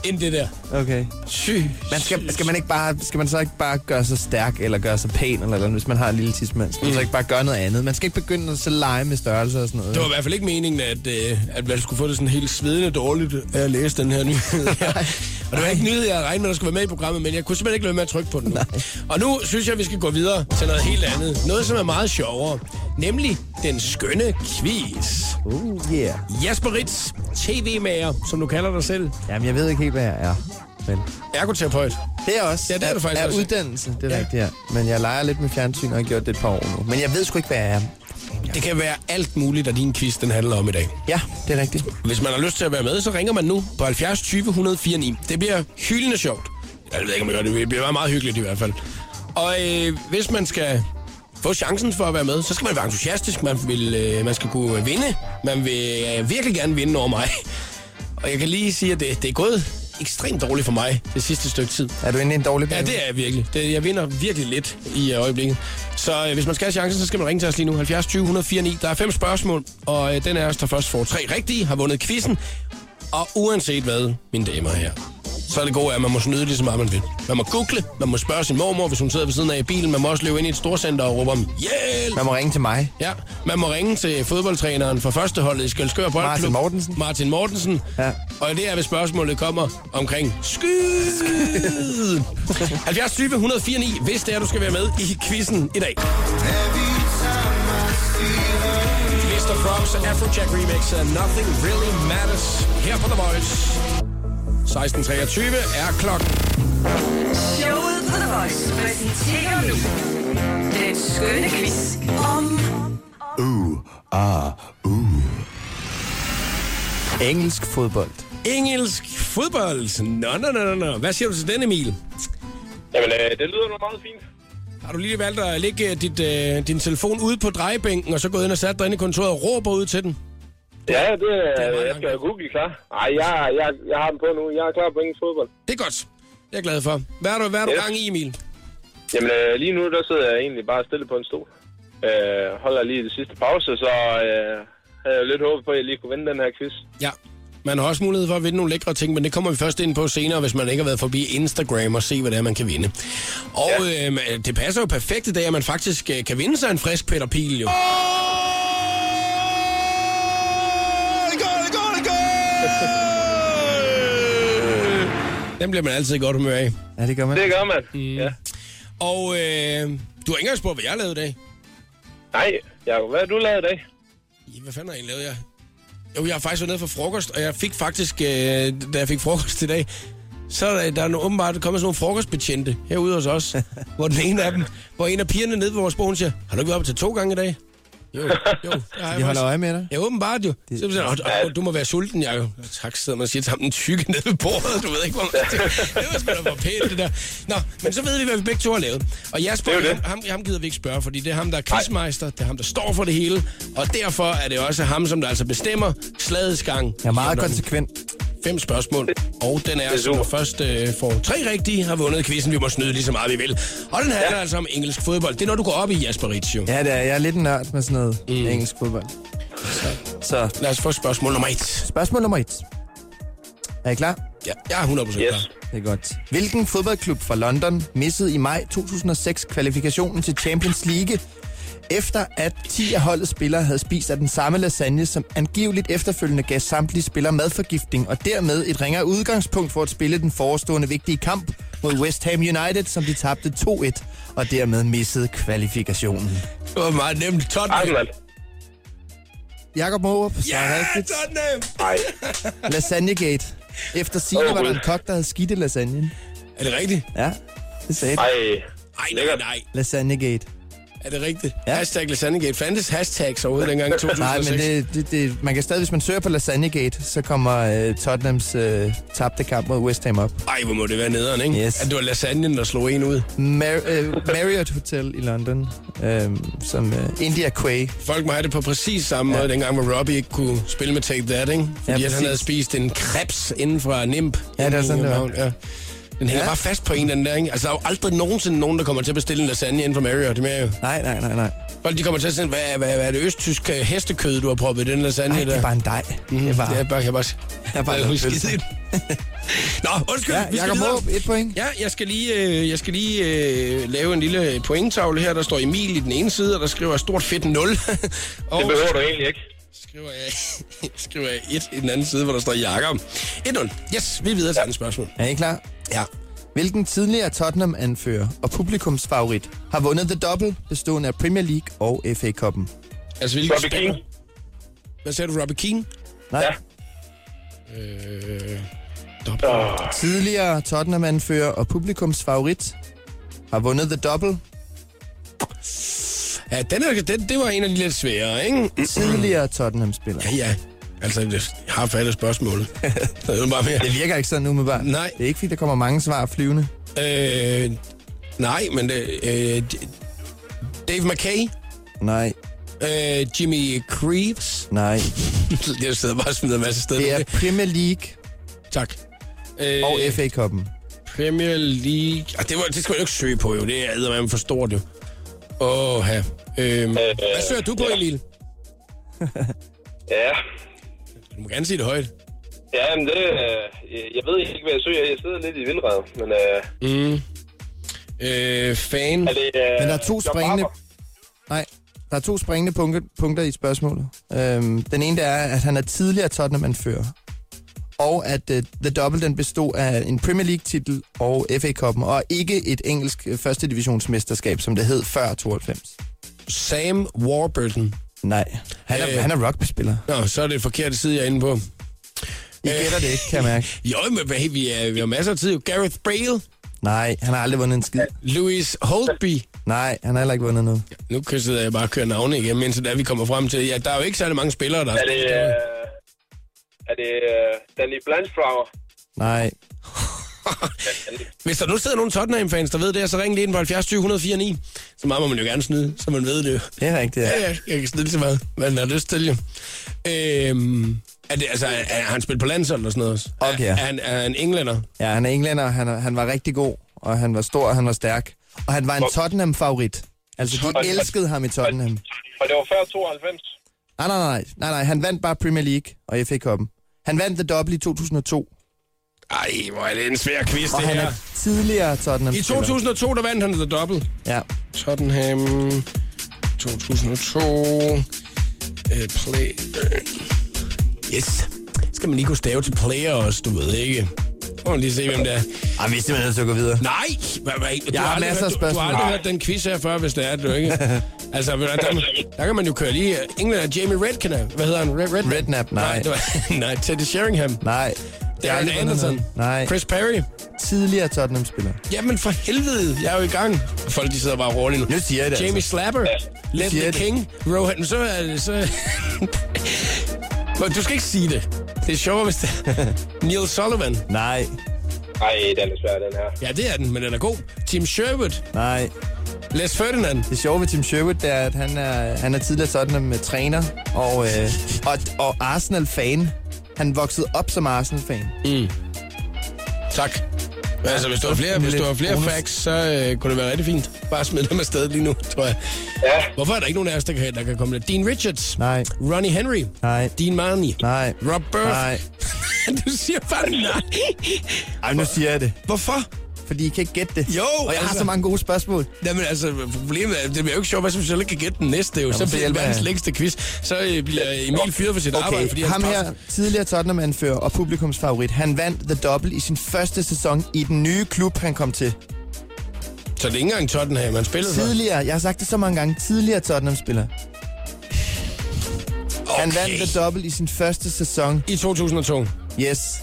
A: end det der.
B: Okay.
A: Sy,
B: Man skal, skal, man ikke bare, skal man så ikke bare gøre sig stærk, eller gøre sig pæn, eller, eller andet, hvis man har en lille tidsmand? Skal man så ikke bare gøre noget andet? Man skal ikke begynde at så lege med størrelser og sådan noget.
A: Det var i hvert fald ikke meningen, at, øh, at man skulle få det sådan helt svedende dårligt af at læse den her nyhed. her. og det var ikke en nyhed, jeg havde regnet med, der skulle være med i programmet, men jeg kunne simpelthen ikke lade være med at trykke på den nu. Og nu synes jeg, vi skal gå videre til noget helt andet. Noget, som er meget sjovere. Nemlig den skønne quiz.
B: Oh, yeah.
A: Jasper Ritz, tv-mager, som du kalder dig selv.
B: Jamen, jeg ved ikke helt, hvad jeg er. Men
A: Ergoterapeut.
B: det er også.
A: Ja, det er du faktisk
B: er,
A: også.
B: uddannelse, det er
A: Ja.
B: ja. rigtigt, ja. Men jeg leger lidt med fjernsyn, og har gjort det et par år nu. Men jeg ved sgu ikke, hvad jeg er.
A: Det kan være alt muligt, at din quiz den handler om i dag.
B: Ja, det er rigtigt.
A: Hvis man har lyst til at være med, så ringer man nu på 70 20 104 9. Det bliver hyldende sjovt. Jeg ved ikke, om det gør det. Det bliver meget hyggeligt i hvert fald. Og øh, hvis man skal få chancen for at være med, så skal man være entusiastisk. Man, vil, øh, man skal kunne vinde. Man vil øh, virkelig gerne vinde over mig. Og jeg kan lige sige, at det, det er gået ekstremt dårligt for mig det sidste stykke tid.
B: Er du inde i en dårlig
A: Ja,
B: periode?
A: det er jeg virkelig. Det, jeg vinder virkelig lidt i øh, øjeblikket. Så øh, hvis man skal have chancen, så skal man ringe til os lige nu. 70 20 104 9. Der er fem spørgsmål, og øh, den er os, der først får tre rigtige, har vundet quizzen. Og uanset hvad, mine damer her, så er det gode, at man må snyde lige så meget, man vil. Man må google, man må spørge sin mormor, hvis hun sidder ved siden af i bilen. Man må også løbe ind i et storcenter og råbe om hjælp.
B: Man må ringe til mig.
A: Ja, man må ringe til fodboldtræneren for førsteholdet i Skelskør Boldklub.
B: Martin Mortensen.
A: Martin Mortensen.
B: Ja.
A: Og det er, hvis spørgsmålet kommer omkring skyd. 70 20 104 9, hvis det er, du skal være med i quizzen i dag. Mr. Frogs Afrojack Remix af Nothing Really Matters her på The Voice. 16.23 er klokken.
E: Showet på The Voice præsenterer nu den skønne quiz om
B: Engelsk fodbold.
A: Engelsk fodbold. Nå, nå, nå, nå, nå. Hvad siger du til den, Emil?
I: Jamen, øh, det lyder nu meget fint.
A: Har du lige valgt at lægge dit, øh, din telefon ude på drejebænken, og så gået ind og sat dig inde i kontoret og råber ud til den?
I: Ja, det,
A: Det er meget
I: øh, jeg skal
A: langt.
I: jo google klar. Ej, jeg, jeg, jeg har den på nu. Jeg er klar på engelsk fodbold.
A: Det er godt. Det er jeg glad for. Hvad er du, hvad er du
I: Ja.
A: gang i, Emil?
I: Jamen, øh, lige nu, der sidder jeg egentlig bare stille på en stol. Øh, holder lige det sidste pause, så øh, havde jeg lidt håbet på, at jeg lige kunne vinde den her quiz.
A: Ja. Man har også mulighed for at vinde nogle lækre ting, men det kommer vi først ind på senere, hvis man ikke har været forbi Instagram og se, hvad det er, man kan vinde. Og øhm, ja. øh, det passer jo perfekt i dag, at man faktisk øh, kan vinde sig en frisk Peter Pil, jo. Den bliver man altid i godt humør af.
B: Ja, det gør man.
I: Det gør man. Mm. Ja.
A: Og øh, du har ikke engang spurgt, hvad jeg lavede i dag.
I: Nej, Jacob, hvad har du lavet i dag?
A: Ja, Hvad fanden har jeg lavet, jeg? Jo, jeg har faktisk været nede for frokost, og jeg fik faktisk, øh, da jeg fik frokost i dag, så er der, der er no- åbenbart kommet sådan nogle frokostbetjente herude hos os, hvor den ene af dem, hvor en af pigerne nede ved vores bog, hun siger, har du ikke været op til to gange i dag? Jo, jo. det har jeg
B: De
A: faktisk.
B: holder øje med dig.
A: Ja, åbenbart jo. Det... Så siger, man, "Åh, åh, du må være sulten, Jacob. "Nå, Tak, sidder man og siger til ham den tykke nede ved bordet. Du ved ikke, hvor man... Det, det var sgu da for pænt, det der. Nå, men så ved vi, hvad vi begge to har lavet. Og jeg
I: Det er
A: spørger,
I: jo det.
A: ham, ham gider vi ikke spørge, fordi det er ham, der er quizmeister, det er ham, der står for det hele, og derfor er det også ham, som der altså bestemmer slagets gang.
B: Jeg er meget
A: Sådan.
B: konsekvent.
A: Fem spørgsmål, og den er,
I: er
A: som der
I: super.
A: først øh, får tre rigtige, har vundet quizzen. Vi må snyde lige så meget, vi vil. Og den handler ja. altså om engelsk fodbold. Det er noget, du går op i, Jasper Ritzio. Ja.
B: Ja, det er. Jeg er lidt en nørd med sådan noget mm. engelsk fodbold. Så
A: Lad os få spørgsmål nummer et.
B: spørgsmål nummer et. Er I klar?
A: Ja, jeg er 100% yes.
I: Yes.
A: klar.
B: Det er godt. Hvilken fodboldklub fra London missede i maj 2006 kvalifikationen til Champions League, efter at 10 af holdets spillere havde spist af den samme lasagne, som angiveligt efterfølgende gav samtlige spillere madforgiftning, og dermed et ringere udgangspunkt for at spille den forestående vigtige kamp mod West Ham United, som de tabte 2-1, og dermed missede kvalifikationen.
A: Det var meget nemt. Tottenham.
I: Arsenal.
B: Jakob Morup, så
A: Ja,
B: er rigtigt.
A: Tottenham!
I: Nej.
B: Lasagnegate. Efter sine
I: Åh,
B: var der
I: Gud.
B: en kok, der havde skidt i lasagnen.
A: Er det rigtigt?
B: Ja, det sagde det.
I: Nej.
A: Nej, nej, nej.
B: Lasagnegate.
A: Er det rigtigt? Ja.
B: Ja.
A: Hashtag Lasagnegate. Fandtes hashtags overhovedet dengang i
B: Nej,
A: 2006?
B: men det, det, det, man kan stadig, hvis man søger på Lasagnegate, så kommer øh, Tottenhams øh, tabte kamp mod West Ham op.
A: Ej, hvor må det være nederen, ikke?
B: Yes.
A: At det var lasagnen, der slog en ud.
B: Mar- øh, Marriott Hotel i London, øh, som øh, India Quay.
A: Folk må have det på præcis samme ja. måde, dengang hvor Robbie ikke kunne spille med Take That, ikke? Fordi ja, at han
B: præcis.
A: havde spist en krebs inden fra Nimp.
B: Ja, det var sådan, det var.
A: Ja. Den hænger ja.
B: Ja.
A: bare fast på en, den der, ikke? Altså, der er jo aldrig nogensinde nogen, der kommer til at bestille en lasagne inden for Marriott. Det er jo.
B: Nej, nej, nej, nej.
A: Folk, de kommer til at sige, hvad, hvad, hvad er det østtysk øh, hestekød, du har proppet i den lasagne
B: Ej, det
A: der? Mhm.
B: er bare en dej. Det er
A: Det er
B: bare...
A: bare, jeg bare,
B: er bare
A: jeg
B: noget
A: husker
B: pølse.
A: det. Nå, undskyld,
B: Ja,
A: vi skal
B: Jakob
A: videre.
B: Måb, et point.
A: Ja, jeg skal lige, øh, jeg skal lige øh, lave en lille pointtavle her. Der står Emil i den ene side, og der skriver jeg stort fedt 0. og
I: Det behøver du egentlig ikke.
A: skriver jeg, skriver jeg 1 i den anden side, hvor der står Jakob. 1-0. Yes, vi er videre til andet spørgsmål.
B: Er I klar?
A: Ja.
B: Hvilken tidligere Tottenham-anfører og publikumsfavorit har vundet The Double, bestående af Premier League og FA-koppen?
A: Altså, hvilken
I: Robbie
A: spiller-
I: Keane.
A: Hvad sagde du, Robbie Keane?
B: Nej,
I: Ja.
A: Øh, dobbelt. Oh.
B: tidligere Tottenham-anfører og publikumsfavorit har vundet The Double,
A: Ja, den er, den, det var en af de lidt svære, ikke?
B: tidligere Tottenham-spiller.
A: Ja, ja. Altså, jeg har fattet spørgsmålet. Det er jo bare mere.
B: Det virker ikke sådan umiddelbart.
A: Nej.
B: Det er ikke, fordi der kommer mange svar flyvende.
A: Øh, nej, men det, øh, d- Dave McKay,
B: Nej,
A: øh, Jimmy Creeves.
B: nej.
A: Jeg sidder bare og smider en masse steder.
B: Det er
A: Okay,
B: Premier League
A: Tak. Øh,
B: og FA-koppen.
A: Premier League. Ah, det, var, det skal jeg jo ikke søge på, jo. Det er eddermame for stort, jo. Åh, ja. Øhm,
I: Øh,
A: hvad søger du på, Emil?
I: Ja.
A: Du må gerne sige det højt.
I: Ja, men det... Øh, jeg ved ikke, hvad jeg søger. Jeg sidder lidt i vildrede, men... Øh,
A: Øh, fan.
I: er det, øh,
B: Men der er to
I: John
B: springende...
I: Barber?
B: Nej, der er to springende punke- punkter i spørgsmålet. Øhm, den ene der er, at han er tidligere Tottenham-anfører. Og at uh, The Double den bestod af en Premier League-titel og FA-koppen, og ikke et engelsk øh, første divisionsmesterskab, som det hed før 92.
A: Sam Warburton.
B: Nej, han er,
A: Øh.
B: øh. han er rugby-spiller.
A: Nå, så er det forkerte side, jeg er inde på.
B: I gætter det ikke, kan jeg mærke.
A: Jo, men hvad- hey, vi, er, vi har masser af tid. jo. Gareth Bale,
B: Nej, han har aldrig vundet en skid.
A: Louis Holtby.
B: Nej, han har heller ikke vundet noget.
A: Nu kan- sidder jeg bare og kører navne igen, mens da vi kommer frem til... Ja, der er jo ikke særlig mange spillere, der
I: Er det... Øh, er det øh, Danny Blanchflower?
B: Nej,
A: Hvis der nu sidder nogle Tottenham-fans, der ved det, her, så ring lige ind på 70 20 104 9. Så meget må man jo gerne snyde, så man ved det jo.
B: det er rigtigt. Ja.
A: Ja, ja, jeg kan snyde lige så meget, man har lyst til jo. Øhm, er det, altså, er, er han spillet på landsholdet og sådan noget også?
B: Okay.
A: Er, er, han, er han englænder?
B: ja, han er englænder, han, er- han var rigtig god, og han var stor, og han var stærk. Og han var en Tottenham-favorit. Altså, de
I: Tottenham.
B: elskede ham i Tottenham.
I: Og det var før 92.
B: Nej, nej, nej, nej, nej, han vandt bare Premier League og FA-koppen. Han vandt The Double i 2002,
A: Ej, hvor er det en svær quiz,
B: og
A: det
B: han
A: her.
B: er tidligere tottenham
A: I 2002, der vandt han The Double.
B: Ja,
A: Tottenham 2002 øh, play. Yes. Skal man lige kunne stave til player også, du ved ikke? Må lige se, hvem det er.
B: Ej, vi er simpelthen nødt til at gå videre.
A: Nej! Hvad, hvad, du,
B: Jeg har
A: aldrig,
B: masser af
A: hørt- du, du har
B: spørgsmål.
A: aldrig
B: Nej.
A: hørt den quiz her før, hvis det er, du ikke? altså, ved du hvad, der, der kan man jo køre lige... øh, England er Jamie Redknapp. Hvad hedder han? Red, Red,
B: Redknapp, nej.
A: Nej, det var, nej, Teddy Sheringham.
B: Nej.
A: Det er
B: aldrig
A: Darren
B: vundet
A: Anderson.
B: noget. Nej.
A: Chris Perry.
B: Tidligere Tottenham-spiller.
A: Jamen for helvede, jeg er jo i gang. Folk, de sidder bare og roer lige nu.
B: Nu siger jeg det,
A: Jamie
B: altså.
A: Slapper. Let
B: siger
A: the
B: jeg det.
A: King. Rohan. Så er det så... Nå, du skal ikke sige det. Det er sjovere, hvis det Neil Sullivan.
B: Nej.
I: Ej, den er svær, den her.
A: Ja, det er den, men den er god. Tim Sherwood.
B: Nej.
A: Les Ferdinand.
B: Det sjove ved Tim Sherwood, det er, at han er, han er tidligere sådan med træner og, øh, og, og Arsenal-fan. Han voksede op som Arsenal-fan.
A: Tak. Ja, altså, hvis du har flere,
B: en
A: hvis du
B: lille
A: har flere
B: bonus.
A: facts, så øh, kunne det være rigtig fint. Bare smid dem afsted lige nu, tror jeg.
I: Ja.
A: Hvorfor er der ikke nogen af os, der kan, der kan komme lidt? Dean Richards.
B: Nej.
A: Ronnie Henry.
B: Nej.
A: Dean Marnie.
B: Nej.
A: Rob Burf.
B: Nej.
A: du siger bare nej.
B: Ej, nu siger jeg det.
A: Hvorfor?
B: Fordi I kan ikke gætte det.
A: Jo,
B: Og jeg har
A: altså.
B: så mange gode spørgsmål.
A: Jamen altså, problemet er, det bliver jo ikke sjovt, hvis vi selv ikke kan gætte den næste. Jo. Så
B: så
A: bliver det
B: hjælper
A: verdens
B: jeg.
A: længste quiz. Så øh, bliver Emil fyret for sit arbejde, fordi
B: Okay, ham
A: han
B: her, tidligere Tottenham-anfører og publikumsfavorit, han vandt The Double i sin første sæson i den nye klub, han kom til.
A: Så det er ikke engang Tottenham, han spillede for.
B: Tidligere, jeg har sagt det så mange gange, tidligere Tottenham-spiller.
A: Okay.
B: Han vandt The Double i sin første sæson.
A: I 2002.
B: Yes.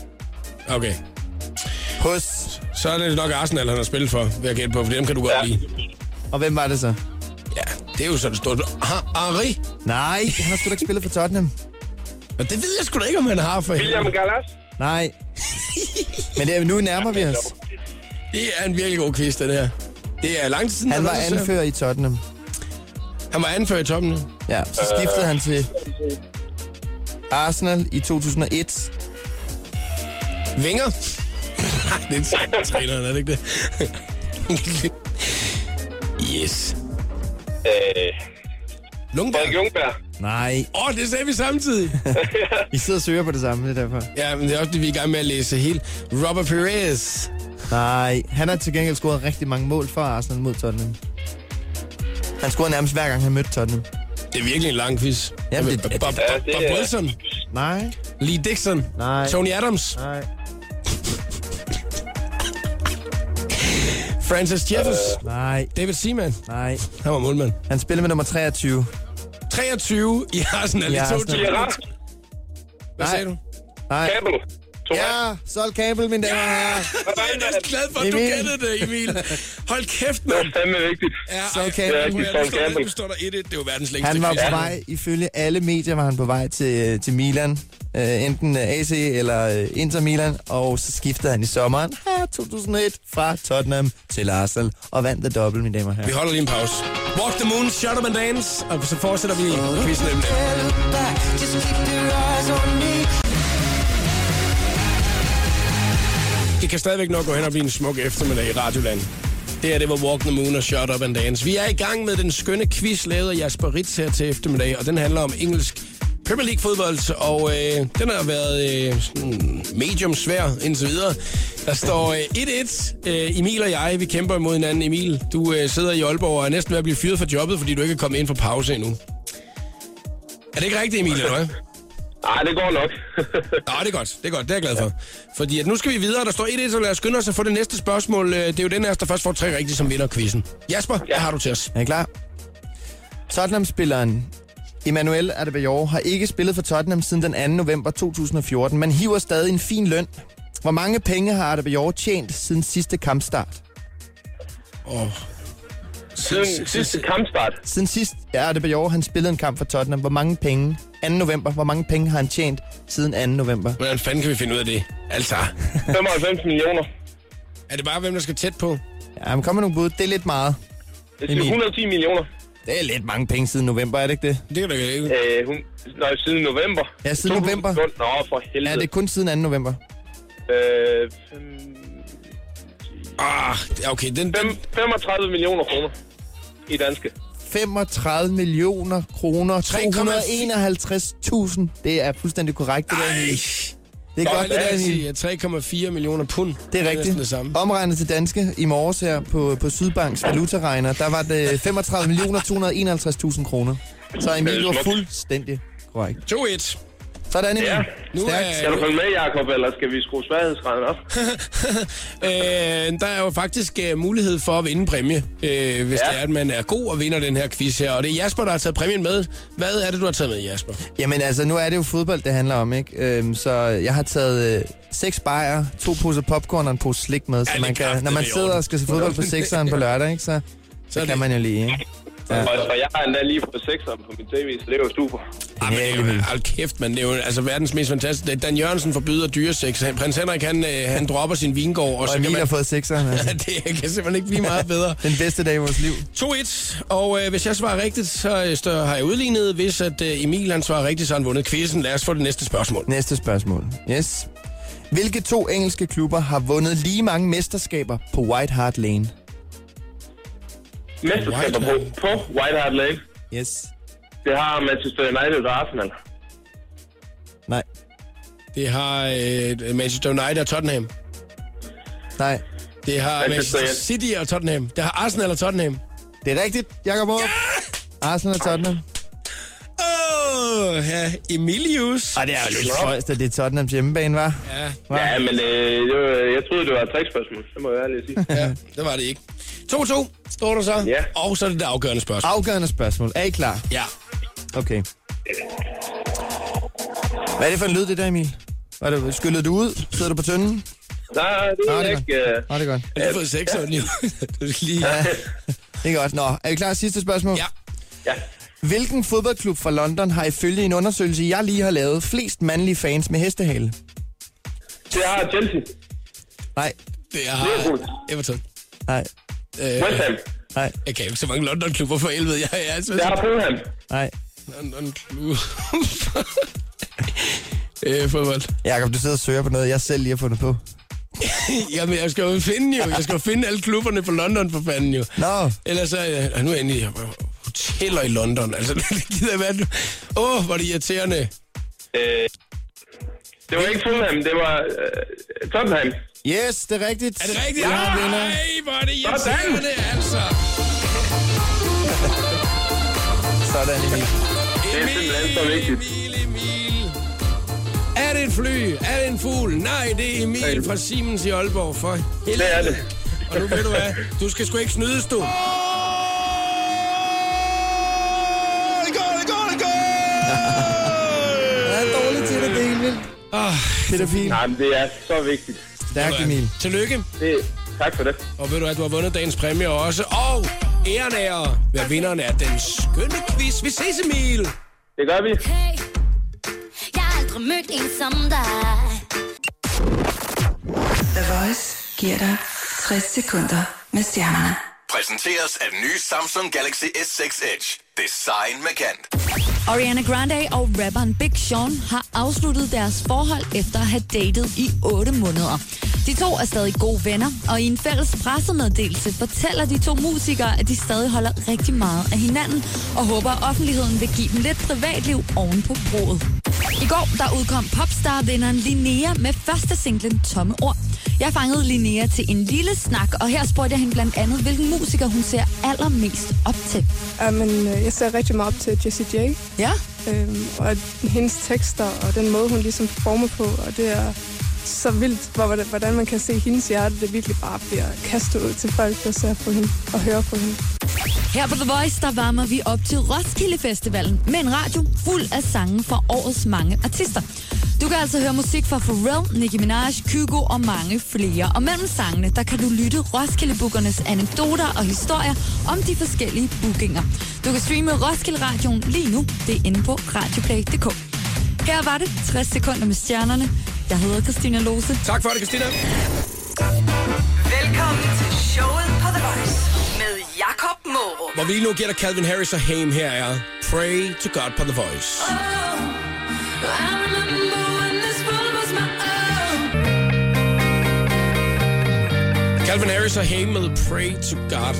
A: Okay.
B: Hos.
A: Så er det nok Arsenal, han har spillet for, vil jeg gætte på, for dem kan du godt ja. lide.
B: Og hvem var det så?
A: Ja, det er jo sådan stort. Har Ari?
B: Nej, han har sgu da ikke spillet for Tottenham.
A: Og det ved jeg sgu da ikke, om han har for helvede.
I: William Gallas.
B: Nej. Men det er, nu nærmer vi os.
A: Det er en virkelig god quiz, den her. Det er lang tid siden,
B: Han
A: der
B: var
A: noget, der ser-
B: anfører i Tottenham.
A: Han var anført i toppen. ja.
B: Ja, så skiftede han til Arsenal i 2001.
A: Vinger? Nej, det er en sejt træneren, er det ikke det? yes.
I: Øh, Frederik
A: Lundberg.
I: Jungberg.
B: Nej.
A: Åh, oh, det sagde vi samtidig.
B: I sidder og søger på det samme, det er derfor.
A: Ja, men det er også det, vi er i gang med at læse helt. Robert Perez.
B: Nej, han har til gengæld scoret rigtig mange mål for Arsenal mod Tottenham. Han scorede nærmest hver gang, han mødte Tottenham.
A: Det er virkelig en lang quiz.
B: Jamen, det-
A: Bob,
B: det-
A: Bob,
I: Ja,
A: Bob,
I: det
A: Bob
I: er-
A: Wilson.
B: Nej,
A: Lee Dixon.
B: Nej.
A: Tony Adams.
B: nej,
A: Francis Jeffers.
I: Øh.
B: nej,
A: David Seaman.
B: nej.
A: Han var målmand.
B: Han spillede med nummer 23.
A: 23 i Arsenal i
B: I Arsenal.
A: 2000.
I: Gerard
A: Hvad sagde du?
B: Nej.
I: Campbell.
B: Ja, Sol Kabel, mine damer og herrer.
A: Jeg er næsten glad for, at du
B: Emil.
A: kender det, Emil. Hold kæft, mand.
I: Det er fandme vigtigt.
A: Ja,
B: Sol
A: ej,
B: Campbell.
A: ja, nu er jeg- nu
I: Sol
A: står der-
I: Campbell.
A: Nu står der 1-1. Det er jo verdens længste
B: Han var
A: quiz.
B: på vej, ifølge alle medier var han på vej til, til Milan. Øh, enten øh, AC eller øh, Inter Milan. Og så skiftede han i sommeren ja, 2001 fra Tottenham til Arsenal. Og vandt det dobbelt, mine damer og
A: Vi
B: herrer.
A: holder lige en pause. Walk the moon, shut up and dance. Og så fortsætter vi quizzen nemlig. Det kan stadigvæk nok gå hen og blive en smuk eftermiddag i Radioland. Det er det, hvor Walk the Moon og Shut Up and Dance. Vi er i gang med den skønne quiz, lavet af Jasper Ritz her til eftermiddag, og den handler om engelsk Premier League fodbold, og øh, den har været øh, sådan medium svær indtil videre. Der står øh, 1-1. Øh, Emil og jeg, vi kæmper imod hinanden. Emil, du øh, sidder i Aalborg og er næsten ved at blive fyret fra jobbet, fordi du ikke er kommet ind for pause endnu. Er det ikke rigtigt, Emil, eller hvad?
I: Nej, det går nok.
A: Nå, det er godt. Det er godt. Det er jeg glad for. Fordi at nu skal vi videre. Der står 1-1, så lad os skynde os at få det næste spørgsmål. Øh, Det er jo den her, der først får tre rigtige, som vinder quizzen. Jasper, ja. hvad har du til os?
B: Er I klar? Tottenham-spilleren Emmanuel Adebayor har ikke spillet for Tottenham siden den 2. november 2014, men hiver stadig en fin løn. Hvor mange penge har Adebayor tjent siden sidste kampstart?
I: Siden sidste kampstart.
B: Siden sidst er Adebayor, han spillede en kamp for Tottenham. Hvor mange penge? 2. november. Hvor mange penge har han tjent siden 2. november?
A: Hvordan fanden kan vi finde ud af det? Altså,
I: 95 millioner.
A: er det bare, hvem der skal tæt på?
B: Ja, men kom med nogle bud. Det er lidt meget.
I: Det er 110 millioner.
B: Det er lidt mange penge siden november, er det ikke det?
A: Det kan da ikke.
I: Øh, hun, nej, siden november.
B: Ja, siden november.
I: 2012. Nå, for helvede.
B: Ja, det er kun siden 2. november.
I: Øh,
A: Ah, okay. Den, den,
I: fem, 35 millioner kroner i danske.
B: 35 millioner kroner.
A: 3,4.
B: 251.000. Det er fuldstændig korrekt. Det, der,
A: Ej,
B: Emil. det er godt, det der, Emil.
A: sige, 3,4 millioner pund.
B: Det er rigtigt.
A: næsten det samme.
B: Omregnet til danske i morges her på, på Sydbanks valutaregner, der var det 35 millioner 251.000 kroner. Så Emil var fuldstændig korrekt.
A: 2-1.
B: Sådan, Emil.
I: Ja.
B: Nu,
A: Nu
B: Stærkt.
A: er-
I: Skal du følge med, Jacob, eller skal vi skrue sværhedsgraden op?
A: øh, der er jo faktisk øh, mulighed for at vinde præmie, øh, hvis ja.
I: Ja.
A: det er, at man er god og vinder den her quiz her. Og det er Jasper, der har taget præmien med. Hvad er det, du har taget med, Jasper?
B: Jamen altså, nu er det jo fodbold, det handler om, ikke? Øhm, så jeg har taget øh, seks bajer, to poser popcorn og en pose slik med, så
A: Ja,
B: man
A: det er
B: kan, når
A: kraftedeme
B: man
A: i
B: sidder
A: orden.
B: og skal se fodbold på sekseren på lørdag, ikke? Så, så
A: er
B: kan
A: det-
B: man jo lige, ikke? Ja.
I: Og, og jeg har endda lige fået sekseren på min tv, så det er jo super.
A: Ej, men det er jo,
B: Emil.
A: hold kæft, man. Det er jo altså, verdens mest fantastiske. Dan Jørgensen forbyder dyresex. Han- Prins Henrik, han, øh, han dropper sin vingård. Og,
B: Og
A: så kan
B: Emil har
A: man...
B: fået sekseren, altså.
A: det kan simpelthen ikke blive meget bedre.
B: Den bedste dag i vores liv.
A: 2-1, og øh, hvis jeg svarer rigtigt, så, øh, så har jeg udlignet. Hvis at, øh, Emil han svarer rigtigt, så har han vundet quizzen. Lad os få det næste spørgsmål.
B: Næste spørgsmål. Yes. Hvilke to engelske klubber har vundet lige mange mesterskaber på White Hart Lane?
I: Mesterskaber på, på White Hart Lane.
B: Yes.
I: Det har Manchester United og Arsenal.
B: Nej.
A: Det har øh, Manchester United og Tottenham.
B: Nej.
A: Det har
I: Manchester
A: Manchester City og Tottenham. Det har Arsenal og Tottenham.
B: Det er rigtigt, Jakob Aarup. Arsenal og Tottenham.
A: Åh, oh, ja, Emilius.
B: Og det er jo lidt spøjst, at det er Tottenhams hjemmebane, var.
A: Ja,
I: Ja, men øh, det var, jeg troede, det var et trickspørgsmål. Det må jeg ærligt sige.
A: ja, det var det ikke. 2-2 står der så.
I: Ja.
A: Og så er det det afgørende spørgsmål.
B: Afgørende spørgsmål. Er I klar?
A: Ja.
B: Okay. Hvad er det for en lyd, det der, Emil? Var det, skyllede du ud? Sidder du på tønden?
I: Nej, det
B: Nå,
I: er
B: det er
I: ikke... Øh,
B: Nå, det er godt.
A: Du har fået 6 jo. Du skal lige... Ja.
B: Det er godt. Nå, er I klar til sidste spørgsmål?
A: ja.
I: ja.
B: Hvilken fodboldklub fra London har ifølge en undersøgelse, jeg lige har lavet, flest mandlige fans med hestehale?
I: Det har Chelsea.
B: Nej,
A: Det har
I: Liverpool.
A: Everton.
B: nej,
A: Øh,
I: West Ham.
B: nej,
A: jeg kan jo ikke så mange London-klubber for helvede. Jeg er altså...
I: Det har Fulham.
B: nej.
A: London-klub. øh, fodbold.
B: Jakob, du sidder og søger på noget, jeg selv lige har fundet på.
A: Jamen, jeg skal jo finde jo. Jeg skal jo finde alle klubberne fra London, for fanden jo.
B: Nå.
A: Ellers så... Øh, nu er jeg inde i hoteller i London. Altså, det gider jeg være nu. Åh, oh, hvor er det irriterende.
I: Øh, det var ikke Fulham, det var øh, Tottenham.
B: Yes, det er rigtigt.
A: Er det rigtigt?
B: Ja,
A: Ja,
B: vinder.
A: Nej, hvor er det irriterende, altså.
B: Sådan, Emil.
I: er simpelthen så vigtigt.
A: Emil, Emil. Er det et fly? Er det en fugl? Nej, det er Emil fra Siemens i Aalborg. For helvede.
I: Det er det.
A: Og nu ved du hvad, du skal sgu ikke snydes, du.
B: Jeg er dårlig til det, det er helt vildt.
A: Ah,
B: Det er da fint.
I: Nej, men det er så vigtigt.
B: Stærk, Emil.
A: Tillykke.
I: Det, tak for det.
A: Og ved du at du har vundet dagens præmie også. Og æren ære, hvad vinderen er den skønne quiz. Vi ses, Emil.
I: Det gør vi.
D: Hey, jeg har aldrig mødt en som dig.
E: The Voice giver dig 60 sekunder med stjernerne.
F: Præsenteres af den nye Samsung Galaxy S6 Edge. Design markant.
G: Ariana Grande og rapperen Big Sean har afsluttet deres forhold efter at have datet i 8 måneder. De to er stadig gode venner, og i en fælles pressemeddelelse fortæller de to musikere, at de stadig holder rigtig meget af hinanden, og håber, at offentligheden vil give dem lidt privatliv oven på broet. I går der udkom popstar-vinderen Linnea med første singlen Tomme Ord. Jeg fangede Linnea til en lille snak, og her spurgte jeg hende blandt andet, hvilken musiker hun ser allermest op til.
J: Jamen, øh, jeg ser rigtig meget op til Jessie J,
G: Ja,
J: øhm, og hendes tekster og den måde, hun ligesom performer på, og det er så vildt, hvor- hvordan- hvordan man kan se hendes hjerte, det virkelig bare bliver kastet ud til folk, der ser på hende og hører på hende.
G: Her på The Voice, der varmer vi op til Roskilde Festivalen med en radio fuld af sange fra årets mange artister. Du kan altså høre musik fra Pharrell, Nicki Minaj, Kygo og mange flere. Og mellem sangene, der kan du lytte Roskilde-bookernes anekdoter og historier om de forskellige bookinger. Du kan streame Roskilde-radioen lige nu. Det er inde på radioplay.dk. Her var det 60 sekunder med stjernerne. Jeg hedder Christina Lose.
A: Tak for det, Christina.
E: Velkommen til showet på The Voice med Jakob Morup.
A: Hvor vi lige nu gætter Calvin Harris og Haim her er Pray to God på The Voice. Calvin Harris og Haim med Pray to God.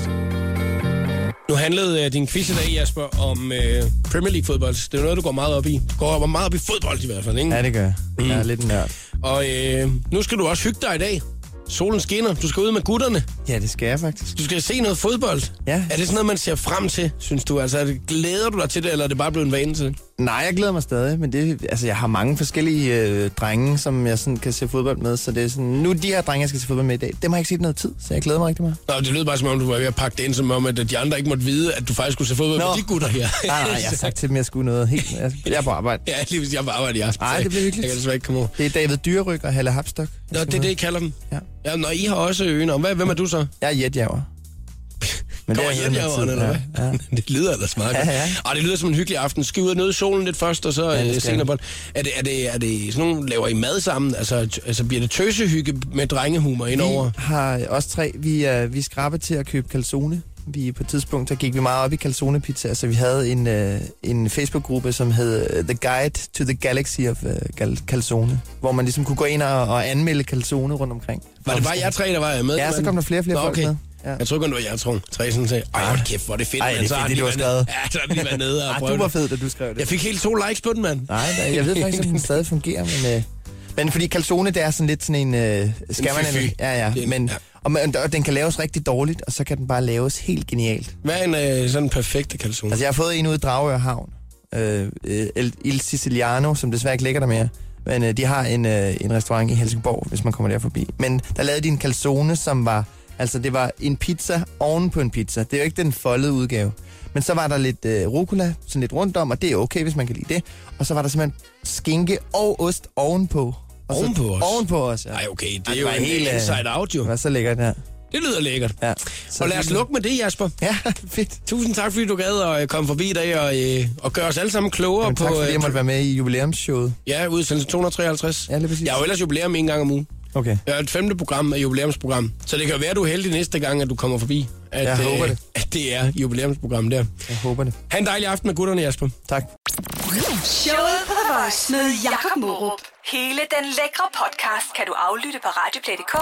A: Nu handlede øh, din quiz i dag, Jasper, om øh, Premier League-fodbold. Det er jo noget, du går meget op i. Du går op, meget op i fodbold i hvert fald, ikke?
B: Ja, det gør jeg. Jeg er lidt en nørd.
A: Og øh, nu skal du også hygge dig i dag. Solen skinner. Du skal ud med gutterne.
B: Ja, det skal jeg faktisk.
A: Du skal se noget fodbold.
B: Ja.
A: Er det sådan noget, man ser frem til, synes du? Altså, er det- glæder du dig til det, eller er det bare blevet en vane til det?
B: Nej, jeg glæder mig stadig, men det, altså, jeg har mange forskellige øh, drenge, som jeg sådan, kan se fodbold med, så det er sådan, nu de her drenge, jeg skal se fodbold med i dag, dem har jeg ikke set i noget tid, så jeg glæder mig rigtig meget.
A: Nå, det lød bare som om, du var ved at pakke det ind, som om, at de andre ikke måtte vide, at du faktisk skulle se fodbold
B: Nå. Ah,
A: med de gutter her.
B: Nej, nej, jeg har sagt til dem, jeg skulle noget helt, jeg, jeg er på arbejde.
A: Ja, lige hvis jeg bare arbejder i aften.
B: Nej,
A: så
B: det bliver hyggeligt.
A: Jeg kan desværre ikke komme over.
B: Det er David Dyreryg og Halle Hapstok.
A: Nå, det er det, I kalder dem.
B: Ja.
A: ja når I har også øen om. Hvad, hvem er du så?
B: Jeg er jetjager. Men
A: Kommer
B: er
A: hjem
B: noget tid,
A: herovre, eller hvad?
B: ja, ja.
A: Det lyder ellers meget
B: Ja,
A: godt.
B: ja.
A: Og det lyder som en hyggelig aften. Skal I ud og nyde solen lidt først, og så
B: det
A: ja,
B: skal
A: senere
B: vi.
A: på. Er det, er, det, er det sådan nogle, laver I mad sammen? Altså, t- altså bliver det tøsehygge med drengehumor indover?
B: Vi har os tre, vi er, vi er skrappe til at købe calzone. Vi, på et tidspunkt, der gik vi meget op i calzone-pizza, så vi havde en, øh, en Facebook-gruppe, som hed øh, The Guide to the Galaxy of øh, cal- Calzone, hvor man ligesom kunne gå ind og, og anmelde calzone rundt omkring.
A: Var det bare jer tre, der var med?
B: Ja, så kom der flere og flere
A: Nå,
B: folk
A: okay.
B: med. Ja.
A: Jeg tror kun, det var jer, Trond. Træsen sagde, ej, hold kæft, hvor er det fedt,
B: Ej,
A: mand.
B: det er
A: Så
B: fedt,
A: har
B: det,
A: de
B: du har
A: været-
B: skrevet.
A: Ja, så har de været nede og
B: Ej,
A: prøvet
B: du var
A: det.
B: fed, da du skrev det.
A: Jeg fik helt to likes på den, mand.
B: Nej, nej, jeg ved faktisk ikke, om den stadig fungerer, men... Øh, men fordi calzone, det er sådan lidt sådan en... Øh, skal man...
A: fy-fy.
B: Ja,
A: Det er
B: ja.
A: en-
B: Men,
A: ja.
B: og, man, og den kan laves rigtig dårligt, og så kan den bare laves helt genialt.
A: Hvad er en øh, sådan perfekte kalsone?
B: Altså, jeg har fået en ude i Dragør Havn. Øh, øh, El- Il Siciliano, som desværre ikke ligger der mere. Men øh, de har en, øh, en restaurant i Helsingborg, hvis man kommer der forbi. Men der lavede de en calzone, som var... Altså, det var en pizza oven på en pizza. Det er jo ikke den foldede udgave. Men så var der lidt øh, rucola, sådan lidt rundt om, og det er okay, hvis man kan lide det. Og så var der simpelthen skinke og ost ovenpå. Og så,
A: Ovenpå os?
B: Ovenpå os, ja.
A: Ej, okay, det
B: Ej,
A: er jo
B: var
A: en helt
B: øh,
A: inside out,
B: Det
A: jo.
B: var så lækkert, ja.
A: Det lyder lækkert.
B: ja.
A: Og lad os lukke med det, Jasper.
B: Ja, fedt.
A: Tusind tak, fordi du gad at øh, komme forbi i dag og, øh, og gøre os alle sammen klogere
B: Jamen,
A: på...
B: tak fordi
A: øh,
B: jeg måtte være med i jubilæumsshowet.
A: Ja, udsendelse 253.
B: Ja, lige præcis.
A: Jeg er jo ellers jubilæum en gang om ugen.
B: Okay.
A: Jeg er et femte program af jubilæumsprogram. Så det kan jo være, du er heldig næste gang, at du kommer forbi. At,
B: Jeg håber
A: øh,
B: det.
A: At det er jubilæumsprogram der.
B: Jeg håber det.
A: Ha' en dejlig aften med gutterne, Jasper.
B: Tak.
E: Showet på The Voice med Jakob Morup. Hele den lækre podcast kan du aflytte på radioplay.dk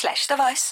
E: slash The Voice.